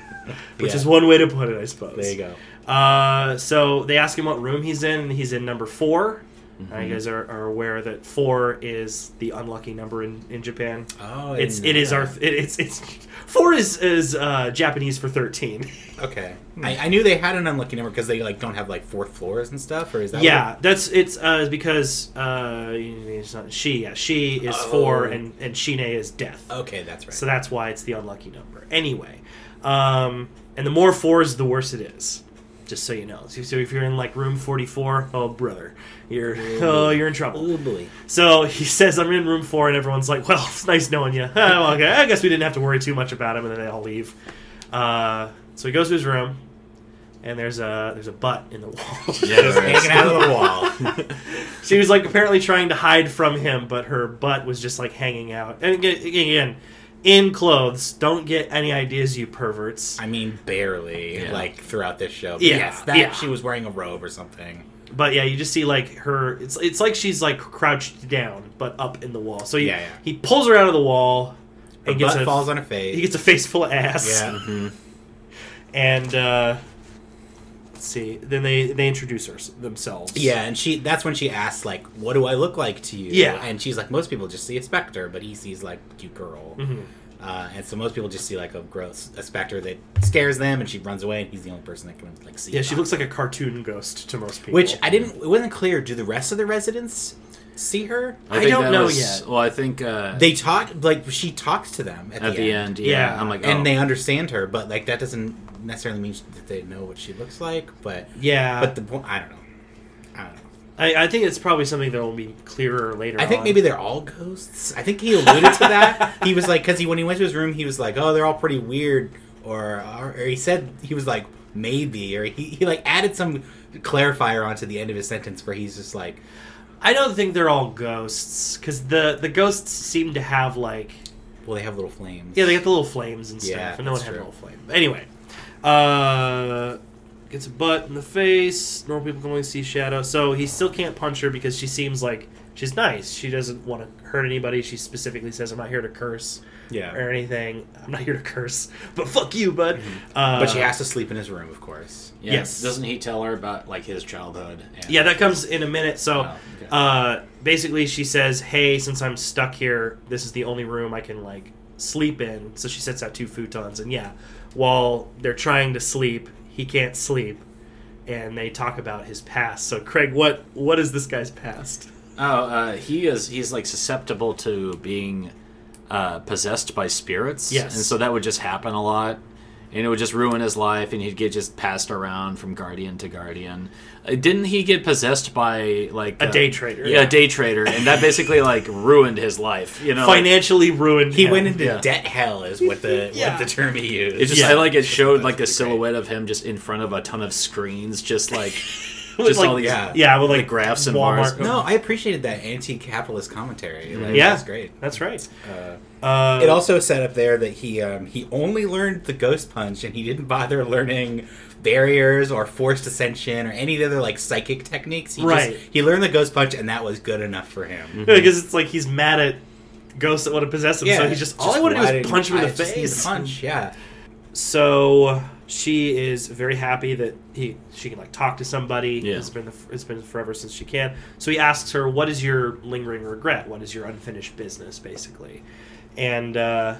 [SPEAKER 2] which
[SPEAKER 3] Yeah.
[SPEAKER 2] is one way to put it, I suppose.
[SPEAKER 3] There you go.
[SPEAKER 2] Uh, so they ask him what room he's in, and he's in number 4 Uh,
[SPEAKER 3] Mm-hmm.
[SPEAKER 2] you guys are, are aware that four is the unlucky number in, in Japan.
[SPEAKER 3] Oh,
[SPEAKER 2] It's it is our it, it's it's four is is uh, Japanese for thirteen.
[SPEAKER 3] Okay,
[SPEAKER 2] Hmm.
[SPEAKER 3] I, I knew they had an unlucky number because they like don't have like fourth floors and stuff, or is that?
[SPEAKER 2] yeah, that's it's uh, because uh, it's not she. Yeah, she is
[SPEAKER 3] Oh.
[SPEAKER 2] four, and and Shine is death.
[SPEAKER 3] what- okay, that's right.
[SPEAKER 2] So that's why it's the unlucky number. Anyway, um, and the more fours, the worse it is. Just so you know. So, so if you're in like room 44, oh brother, you're oh you're in trouble.
[SPEAKER 3] Ooh, boy.
[SPEAKER 2] So he says, "I'm in room four," and everyone's like, "Well, it's nice knowing you." well, okay, I guess we didn't have to worry too much about him, and then they all leave. Uh, so he goes to his room, and there's a there's a butt in the wall.
[SPEAKER 3] Just hanging out of the wall.
[SPEAKER 2] she was like apparently trying to hide from him, but her butt was just like hanging out. And aga- again, in clothes, don't get any ideas, you perverts.
[SPEAKER 3] I mean, barely
[SPEAKER 4] Yeah.
[SPEAKER 3] like throughout this show. But
[SPEAKER 2] Yeah,
[SPEAKER 3] yes, that
[SPEAKER 2] yeah.
[SPEAKER 3] she was wearing a robe or something.
[SPEAKER 2] But yeah, you just see like her. It's it's like she's like crouched down, but up in the wall. So he,
[SPEAKER 3] Yeah, yeah.
[SPEAKER 2] he pulls her out of the wall.
[SPEAKER 3] Her
[SPEAKER 2] and gets
[SPEAKER 3] butt
[SPEAKER 2] a-
[SPEAKER 3] falls on her face.
[SPEAKER 2] He gets a face full of ass.
[SPEAKER 3] yeah.
[SPEAKER 2] and uh, let's see. Then they they introduce her, themselves.
[SPEAKER 3] Yeah, and she that's when she asks like, "What do I look like to you?"
[SPEAKER 2] Yeah.
[SPEAKER 3] and she's like, "Most people just see a specter, but he sees like cute girl."
[SPEAKER 2] Mm-hmm.
[SPEAKER 3] Uh, and so most people just see like a gross a specter that scares them, and she runs away, and he's the only person that can like see.
[SPEAKER 2] yeah. She
[SPEAKER 3] that.
[SPEAKER 2] looks like a cartoon ghost to most people.
[SPEAKER 3] Which I didn't. It wasn't clear. Do the rest of the residents see her?
[SPEAKER 2] I
[SPEAKER 4] think
[SPEAKER 2] don't
[SPEAKER 4] that
[SPEAKER 2] know
[SPEAKER 4] was-
[SPEAKER 2] yet.
[SPEAKER 4] Well, I think uh,
[SPEAKER 3] They talk like she talks to them at,
[SPEAKER 4] at the end. yeah,
[SPEAKER 2] Yeah.
[SPEAKER 4] I'm like, oh.
[SPEAKER 3] and they understand her, but like that doesn't necessarily mean that they know what she looks like. But
[SPEAKER 2] yeah.
[SPEAKER 3] but the point, I don't know. I don't know.
[SPEAKER 2] I, I think it's probably something that will be clearer later.
[SPEAKER 3] I think
[SPEAKER 2] on.
[SPEAKER 3] maybe they're all ghosts. I think he alluded to that. he was like, because he when he went to his room, he was like, "Oh, they're all pretty weird," or or, or he said he was like, "Maybe," or he, he like added some clarifier onto the end of his sentence where he's just like,
[SPEAKER 2] I don't think they're all ghosts because the the ghosts seem to have like
[SPEAKER 3] "Well, they have little flames."
[SPEAKER 2] yeah they got the little flames and stuff,
[SPEAKER 3] Yeah,
[SPEAKER 2] and no one
[SPEAKER 3] that's
[SPEAKER 2] had a
[SPEAKER 3] true.
[SPEAKER 2] little flame. But anyway, uh, gets a butt in the face. Normal people can only see shadow, so he still can't punch her because she seems like she's nice. She doesn't want to hurt anybody. She specifically says, "I'm not here to curse
[SPEAKER 3] yeah.
[SPEAKER 2] or anything. I'm not here to curse, but fuck you, bud." Uh,
[SPEAKER 3] But she has to sleep in his room, of course.
[SPEAKER 4] Yeah,
[SPEAKER 2] Yes.
[SPEAKER 4] Doesn't he tell her about like his childhood? And
[SPEAKER 2] Yeah, that comes in a minute. So,
[SPEAKER 4] Oh, okay.
[SPEAKER 2] uh, basically, she says, "Hey, since I'm stuck here, this is the only room I can like sleep in." So she sets out two futons, and yeah, while they're trying to sleep, he can't sleep, and they talk about his past. So, Craig, what what is this guy's past?
[SPEAKER 4] Oh, uh, he is. He's like susceptible to being uh, possessed by spirits.
[SPEAKER 2] Yes.
[SPEAKER 4] and so that would just happen a lot, and it would just ruin his life, and he'd get just passed around from guardian to guardian. Uh, didn't he get possessed by like uh,
[SPEAKER 2] A day trader.
[SPEAKER 4] Yeah, a day trader, and that basically like ruined his life. You know, like,
[SPEAKER 2] Financially ruined.
[SPEAKER 3] Uh, He
[SPEAKER 2] him.
[SPEAKER 3] went into
[SPEAKER 4] yeah.
[SPEAKER 3] debt hell, is what the
[SPEAKER 2] Yeah.
[SPEAKER 3] what the term he used.
[SPEAKER 4] It just
[SPEAKER 2] Yeah.
[SPEAKER 4] I like it showed like the
[SPEAKER 3] That's pretty
[SPEAKER 4] silhouette of him just in front of a ton of screens, just like
[SPEAKER 2] With,
[SPEAKER 4] just
[SPEAKER 2] like,
[SPEAKER 4] all these
[SPEAKER 3] yeah.
[SPEAKER 2] yeah with like
[SPEAKER 4] graphs and
[SPEAKER 2] Walmart.
[SPEAKER 4] bars.
[SPEAKER 3] no, I appreciated that anti-capitalist commentary. Like,
[SPEAKER 2] Mm-hmm. Yeah.
[SPEAKER 3] that's great.
[SPEAKER 2] that's right.
[SPEAKER 3] Uh,
[SPEAKER 2] Uh,
[SPEAKER 3] It also said up there that he um, he only learned the ghost punch and he didn't bother learning barriers or forced ascension or any other like psychic techniques. He
[SPEAKER 2] Right. Mm-hmm.
[SPEAKER 3] Just, he learned the ghost punch and that was good enough for him.
[SPEAKER 2] because it's like he's mad at ghosts that want to possess him. so he's just, all I want to
[SPEAKER 3] why
[SPEAKER 2] do is
[SPEAKER 3] didn't-
[SPEAKER 2] punch him in
[SPEAKER 3] I
[SPEAKER 2] the
[SPEAKER 3] just need to
[SPEAKER 2] face.
[SPEAKER 3] Punch, yeah.
[SPEAKER 2] So she is very happy that he she can like talk to somebody.
[SPEAKER 4] Yeah.
[SPEAKER 2] It's been the, it's been forever since she can. So he asks her, "What is your lingering regret? What is your unfinished business?" Basically, and uh,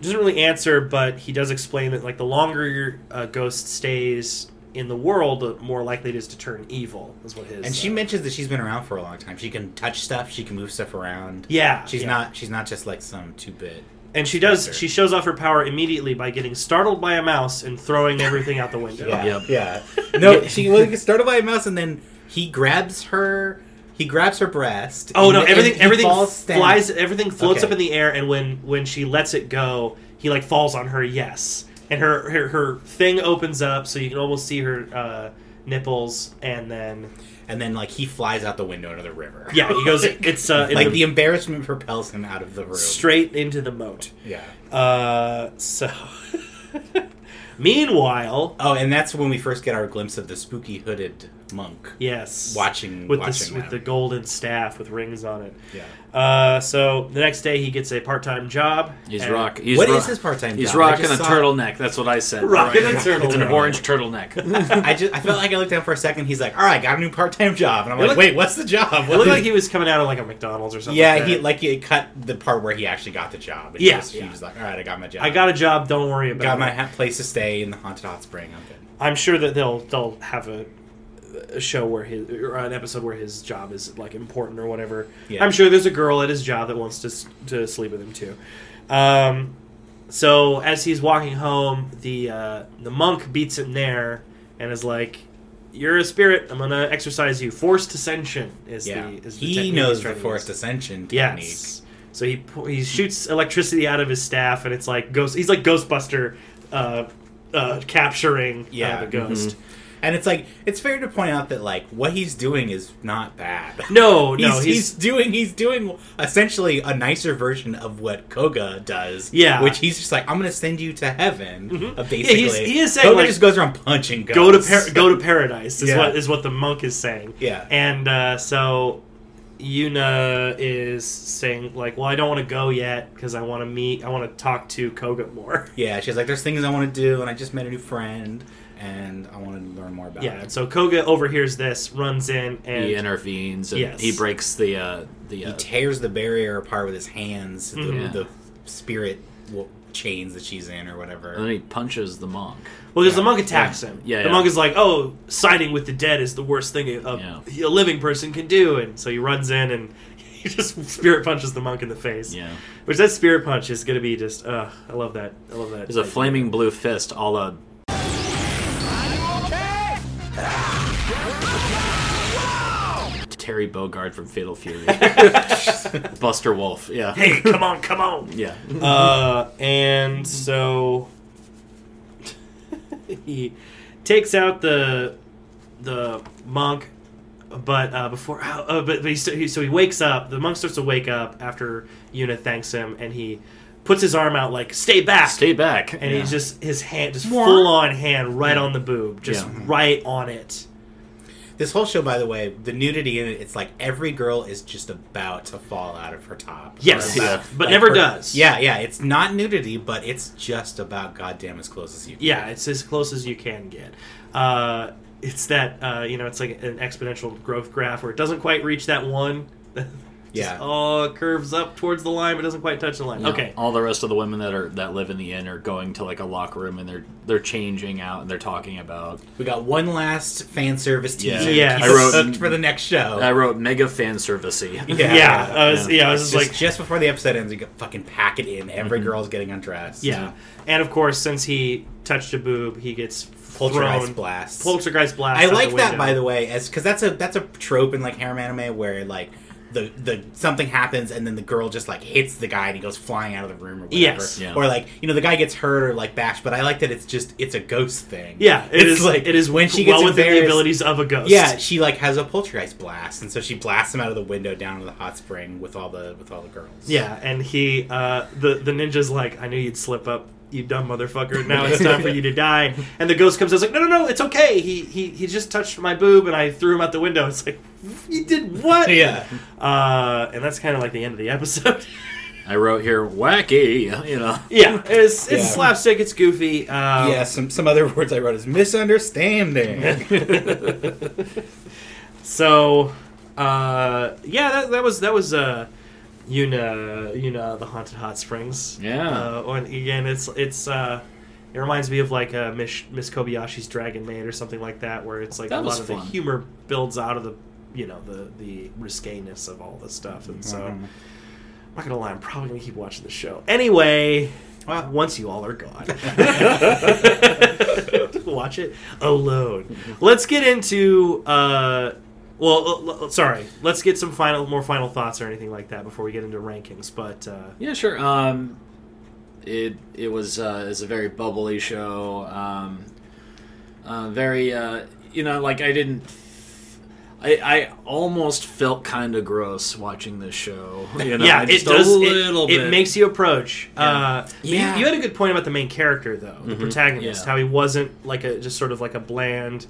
[SPEAKER 2] doesn't really answer, but he does explain that like the longer your uh, ghost stays in the world, the more likely it is to turn evil. Is what his
[SPEAKER 3] And she
[SPEAKER 2] uh,
[SPEAKER 3] mentions that she's been around for a long time. She can touch stuff. She can move stuff around.
[SPEAKER 2] yeah
[SPEAKER 3] She's
[SPEAKER 2] yeah.
[SPEAKER 3] not. She's not just like some two bit.
[SPEAKER 2] and she does
[SPEAKER 3] Sure.
[SPEAKER 2] she shows off her power immediately by getting startled by a mouse and throwing everything out the window.
[SPEAKER 3] Yeah,
[SPEAKER 4] Yep.
[SPEAKER 3] yeah. No, she well, gets startled by a mouse, and then he grabs her. He grabs her breast.
[SPEAKER 2] Oh
[SPEAKER 3] and
[SPEAKER 2] no!
[SPEAKER 3] then-
[SPEAKER 2] Everything
[SPEAKER 3] and he
[SPEAKER 2] everything
[SPEAKER 3] falls down.
[SPEAKER 2] flies. Everything floats
[SPEAKER 3] Okay.
[SPEAKER 2] up in the air, and when when she lets it go, he like falls on her. Yes, and her her, her thing opens up, so you can almost see her uh, nipples, and then
[SPEAKER 3] and then like he flies out the window into the river.
[SPEAKER 2] yeah, he goes. It's uh, in
[SPEAKER 3] like
[SPEAKER 2] the-
[SPEAKER 3] the embarrassment propels him out of the room.
[SPEAKER 2] straight into the moat.
[SPEAKER 3] Yeah.
[SPEAKER 2] Uh, so meanwhile,
[SPEAKER 3] Oh, and that's when we first get our glimpse of the spooky hooded monk
[SPEAKER 2] yes,
[SPEAKER 3] watching
[SPEAKER 2] with
[SPEAKER 3] watching
[SPEAKER 2] this with the
[SPEAKER 3] them.
[SPEAKER 2] golden staff with rings on it.
[SPEAKER 3] yeah.
[SPEAKER 2] Uh, so the next day he gets a part time job.
[SPEAKER 4] He's
[SPEAKER 2] and-
[SPEAKER 4] rock. He's
[SPEAKER 3] What
[SPEAKER 4] ro-
[SPEAKER 3] is his part-time
[SPEAKER 4] He's
[SPEAKER 3] job? I
[SPEAKER 4] rocking
[SPEAKER 3] just
[SPEAKER 4] a
[SPEAKER 3] saw-
[SPEAKER 4] turtleneck. That's what I said.
[SPEAKER 2] Rocking a
[SPEAKER 4] Right. It's an
[SPEAKER 2] turtleneck.
[SPEAKER 4] orange turtleneck.
[SPEAKER 3] I just I felt like I looked down for a second. He's like, "All right, got a new part time job," and I'm like,
[SPEAKER 2] looked-
[SPEAKER 3] "Wait, what's the job?"
[SPEAKER 2] It looked like he was coming out of like a McDonald's or something.
[SPEAKER 3] yeah,
[SPEAKER 2] like
[SPEAKER 3] he
[SPEAKER 2] that.
[SPEAKER 3] like he cut the part where he actually got the job. And
[SPEAKER 2] Yeah,
[SPEAKER 3] he was,
[SPEAKER 2] yeah.
[SPEAKER 3] he was like, "All right, I got my job.
[SPEAKER 2] I got a job. Don't worry about
[SPEAKER 3] got
[SPEAKER 2] it.
[SPEAKER 3] my ha- place to stay in the haunted hot spring. I'm good."
[SPEAKER 2] I'm sure that they'll they'll have a, a show where his or an episode where his job is like important or whatever.
[SPEAKER 3] Yeah.
[SPEAKER 2] I'm sure there's a girl at his job that wants to s- to sleep with him too. Um, so as he's walking home, the uh, the monk beats him there and is like. You're a spirit. I'm gonna exercise you. Forced ascension is
[SPEAKER 3] Yeah,
[SPEAKER 2] the is the
[SPEAKER 3] he
[SPEAKER 2] technique
[SPEAKER 3] knows
[SPEAKER 2] he's
[SPEAKER 3] the
[SPEAKER 2] trying to
[SPEAKER 3] forced
[SPEAKER 2] use.
[SPEAKER 3] ascension technique.
[SPEAKER 2] Yes. So he pu- he shoots electricity out of his staff, and it's like ghost. He's like Ghostbuster, uh, uh, capturing yeah,
[SPEAKER 3] Yeah,
[SPEAKER 2] the
[SPEAKER 3] Mm-hmm.
[SPEAKER 2] ghost.
[SPEAKER 3] And it's like it's fair to point out that like what he's doing is not bad.
[SPEAKER 2] No,
[SPEAKER 3] he's,
[SPEAKER 2] no, he's,
[SPEAKER 3] he's, doing he's doing essentially a nicer version of what Koga does.
[SPEAKER 2] Yeah. Mm-hmm.
[SPEAKER 3] which he's just like, I'm gonna send you to heaven. uh, Basically,
[SPEAKER 2] he's- he is saying,
[SPEAKER 3] Koga
[SPEAKER 2] like,
[SPEAKER 3] just goes around punching. Ghosts.
[SPEAKER 2] go to par- go to paradise is
[SPEAKER 3] Yeah.
[SPEAKER 2] what is what the monk is saying.
[SPEAKER 3] Yeah.
[SPEAKER 2] and uh, so Yuna is saying like, well, I don't want to go yet because I want to meet, I want to talk to Koga more.
[SPEAKER 3] Yeah, she's like, there's things I want to do, and I just met a new friend, and I want to learn more about.
[SPEAKER 2] Yeah, and
[SPEAKER 3] it.
[SPEAKER 2] so Koga overhears this, runs in, and
[SPEAKER 4] he intervenes and
[SPEAKER 2] Yes.
[SPEAKER 4] he breaks the uh, the
[SPEAKER 3] he
[SPEAKER 4] uh,
[SPEAKER 3] tears the barrier apart with his hands,
[SPEAKER 2] Mhm.
[SPEAKER 3] the, the spirit wo- chains that she's in or whatever.
[SPEAKER 4] and then he punches the monk.
[SPEAKER 2] Well, because the monk attacks him.
[SPEAKER 4] Yeah,
[SPEAKER 2] the
[SPEAKER 4] yeah.
[SPEAKER 2] monk is like, "Oh, siding with the dead is the worst thing a, a, a living person can do," and so he runs in and he just spirit punches the monk in the face.
[SPEAKER 4] Yeah,
[SPEAKER 2] Which that spirit punch is gonna be just. Uh, I love that. I love that.
[SPEAKER 4] there's a flaming blue fist. All a
[SPEAKER 6] Are you okay? Whoa!
[SPEAKER 4] Terry Bogard from Fatal Fury. Buster Wolf. Yeah.
[SPEAKER 2] Hey, come on, come on.
[SPEAKER 4] Yeah.
[SPEAKER 2] Uh,
[SPEAKER 4] Mm-hmm.
[SPEAKER 2] and so he takes out the the monk, but uh, before oh, uh, but, but he, st- he so he wakes up. The monk starts to wake up after Una thanks him, and he puts his arm out like "Stay back."
[SPEAKER 4] Stay back.
[SPEAKER 2] and
[SPEAKER 4] yeah.
[SPEAKER 2] he's just his hand, just full on hand, right on the boob, just
[SPEAKER 4] Yeah.
[SPEAKER 2] right on it.
[SPEAKER 3] This whole show, by the way, the nudity in it, it's like every girl is just about to fall out of her top.
[SPEAKER 2] Yes,
[SPEAKER 3] Or about-
[SPEAKER 4] Yeah.
[SPEAKER 2] but
[SPEAKER 3] like,
[SPEAKER 2] never
[SPEAKER 3] her-
[SPEAKER 2] does.
[SPEAKER 3] Yeah, yeah. It's not nudity, but it's just about goddamn as close as you can.
[SPEAKER 2] yeah, it's as close as you can get. Uh, it's that uh, you know, it's like an exponential growth graph where it doesn't quite reach that one. Just,
[SPEAKER 3] Yeah.
[SPEAKER 2] oh, it curves up towards the line, but doesn't quite touch the line.
[SPEAKER 4] You know,
[SPEAKER 2] Okay,
[SPEAKER 4] All the rest of the women that are that live in the inn are going to like a locker room and they're they're changing out and they're talking about.
[SPEAKER 3] We got one last fan service
[SPEAKER 4] Yeah.
[SPEAKER 3] teaser.
[SPEAKER 2] Yeah.
[SPEAKER 3] Keep
[SPEAKER 2] I
[SPEAKER 3] us
[SPEAKER 4] wrote-
[SPEAKER 3] hooked for the next show.
[SPEAKER 4] I wrote mega fan servicey.
[SPEAKER 2] yeah, I was, yeah. I was just
[SPEAKER 3] It's just,
[SPEAKER 2] like, Mm-hmm.
[SPEAKER 3] just before the episode ends, you go, fucking pack it in. Every girl's getting undressed.
[SPEAKER 2] yeah, and of course, since he touched a boob, he gets
[SPEAKER 3] Poltergeist
[SPEAKER 2] thrown-
[SPEAKER 3] blast.
[SPEAKER 2] Poltergeist blast.
[SPEAKER 3] I
[SPEAKER 2] out
[SPEAKER 3] like
[SPEAKER 2] the
[SPEAKER 3] that
[SPEAKER 2] window.
[SPEAKER 3] by the way, as because that's a that's a trope in like harem anime where like the the something happens and then the girl just like hits the guy and he goes flying out of the room or whatever.
[SPEAKER 2] Yes.
[SPEAKER 4] Yeah.
[SPEAKER 3] Or like you know the guy gets hurt or like bashed, but I like that it's just it's a ghost thing.
[SPEAKER 2] Yeah, it
[SPEAKER 3] it's
[SPEAKER 2] is like it is
[SPEAKER 3] when she
[SPEAKER 2] well
[SPEAKER 3] gets
[SPEAKER 2] within the
[SPEAKER 3] embarrassed-
[SPEAKER 2] abilities of a ghost.
[SPEAKER 3] Yeah, she like has a poltergeist blast, and so she blasts him out of the window down to the hot spring with all the with all the girls.
[SPEAKER 2] Yeah, and he, uh, the the ninja's like, I knew you'd slip up, you dumb motherfucker. Now it's time for you to die. And the ghost comes. out it's like, no, no, no, it's okay. He he he just touched my boob, and I threw him out the window. It's like, you did what?
[SPEAKER 3] yeah.
[SPEAKER 2] Uh, and that's kind of like the end of the episode.
[SPEAKER 4] I wrote here wacky. You know.
[SPEAKER 2] yeah, it's it's
[SPEAKER 3] Yeah.
[SPEAKER 2] slapstick. It's goofy. Uh,
[SPEAKER 3] yeah, some some other words I wrote is misunderstanding.
[SPEAKER 2] So, uh, yeah, that, that was that was uh, Yuna Yuna the haunted hot springs.
[SPEAKER 4] Yeah.
[SPEAKER 2] Uh, and again, it's it's uh, it reminds me of like uh, Miss Miss Kobayashi's Dragon Maid or something like that, where it's like
[SPEAKER 4] That
[SPEAKER 2] a
[SPEAKER 4] was
[SPEAKER 2] lot of
[SPEAKER 4] fun.
[SPEAKER 2] the humor builds out of the you know the the risqueness of all this stuff, and so. I'm not gonna lie, I'm probably gonna keep watching the show. Anyway, once you all are gone, watch it alone. Let's get into. Uh, well, l- l- sorry. Let's get some final, more final thoughts or anything like that before we get into rankings. But uh,
[SPEAKER 4] Yeah, sure. Um, it it was uh, it's a very bubbly show. Um, uh, very uh, you know, like I didn't. I, I almost felt kind of gross watching this show. You know,
[SPEAKER 2] yeah, it
[SPEAKER 4] just
[SPEAKER 2] does.
[SPEAKER 4] A
[SPEAKER 2] it-
[SPEAKER 4] little
[SPEAKER 2] it,
[SPEAKER 4] bit.
[SPEAKER 2] makes you approach. Uh, you-
[SPEAKER 3] Yeah.
[SPEAKER 2] You, had a good point about the main character, though, the protagonist,
[SPEAKER 4] Mm-hmm. yeah.
[SPEAKER 2] how he wasn't like a just sort of like a bland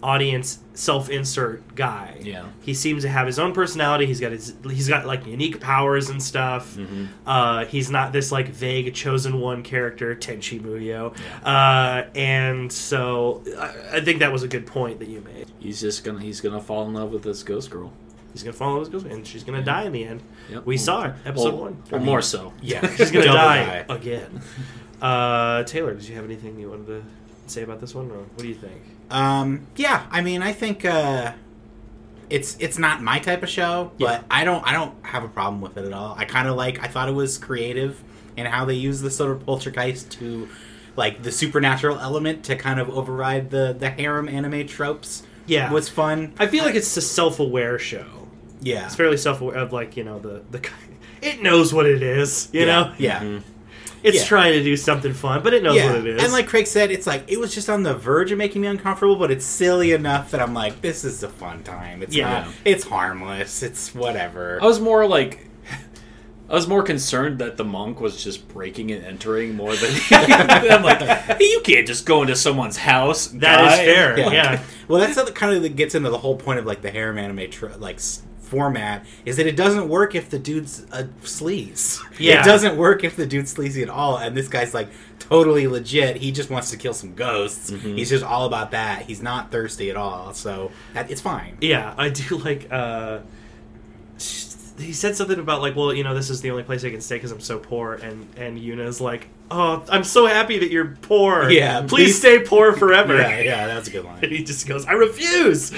[SPEAKER 2] audience self-insert guy.
[SPEAKER 4] Yeah.
[SPEAKER 2] he seems to have his own personality. He's got his he's got like unique powers and stuff.
[SPEAKER 4] Mm-hmm.
[SPEAKER 2] Uh, he's not this like vague chosen one character, Tenchi Muyo. Uh, and so I, I think that was a good point that you made.
[SPEAKER 4] he's just gonna he's gonna fall in love with this ghost girl.
[SPEAKER 2] He's gonna follow his girlfriend, and she's gonna die in the end.
[SPEAKER 4] Yep.
[SPEAKER 2] We saw her episode
[SPEAKER 4] Well,
[SPEAKER 2] one.
[SPEAKER 4] well, more so.
[SPEAKER 3] yeah,
[SPEAKER 2] She's gonna
[SPEAKER 3] Double
[SPEAKER 2] die, again. Uh, Taylor, did you have anything you wanted to say about this one, or what do you think?
[SPEAKER 3] Um, yeah, I mean, I think uh, it's it's not my type of show,
[SPEAKER 2] Yeah.
[SPEAKER 3] but I don't I don't have a problem with it at all. I kind of like I thought it was creative in how they use the sort of poltergeist to like the supernatural element to kind of override the the harem anime tropes.
[SPEAKER 2] Yeah.
[SPEAKER 3] was fun.
[SPEAKER 2] I feel like it's a self-aware show.
[SPEAKER 3] Yeah,
[SPEAKER 2] It's fairly self-aware of like you know the the. It knows what it is, you
[SPEAKER 3] yeah.
[SPEAKER 2] know.
[SPEAKER 3] yeah.
[SPEAKER 2] It's
[SPEAKER 3] Yeah.
[SPEAKER 2] trying to do something fun, but it knows
[SPEAKER 3] Yeah.
[SPEAKER 2] what it is.
[SPEAKER 3] And like Craig said, it's like it was just on the verge of making me uncomfortable, but it's silly enough that I'm like, this is a fun time. It's
[SPEAKER 2] Yeah.
[SPEAKER 3] not, it's harmless. It's whatever.
[SPEAKER 4] I was more like. I was more concerned that the monk was just breaking and entering more than I'm like, hey, you can't just go into someone's house.
[SPEAKER 2] that is
[SPEAKER 4] die."
[SPEAKER 2] fair. Yeah.
[SPEAKER 3] Yeah. Well, that's how the, kind of that gets into the whole point of like the harem anime tr- like s- format is that it doesn't work if the dude's a sleaze.
[SPEAKER 2] Yeah.
[SPEAKER 3] it doesn't work if the dude's sleazy at all. And this guy's like totally legit. He just wants to kill some ghosts.
[SPEAKER 2] Mm-hmm.
[SPEAKER 3] He's just all about that. He's not thirsty at all. So that, it's fine.
[SPEAKER 2] Yeah, I do like. uh He said something about like, well, you know, this is the only place I can stay because I'm so poor, and and Yuna's like, oh, I'm so happy that you're poor.
[SPEAKER 3] Yeah,
[SPEAKER 2] please,
[SPEAKER 3] please-
[SPEAKER 2] stay poor forever.
[SPEAKER 3] Yeah, yeah, that's a good
[SPEAKER 2] And
[SPEAKER 3] line.
[SPEAKER 2] he just goes, I refuse.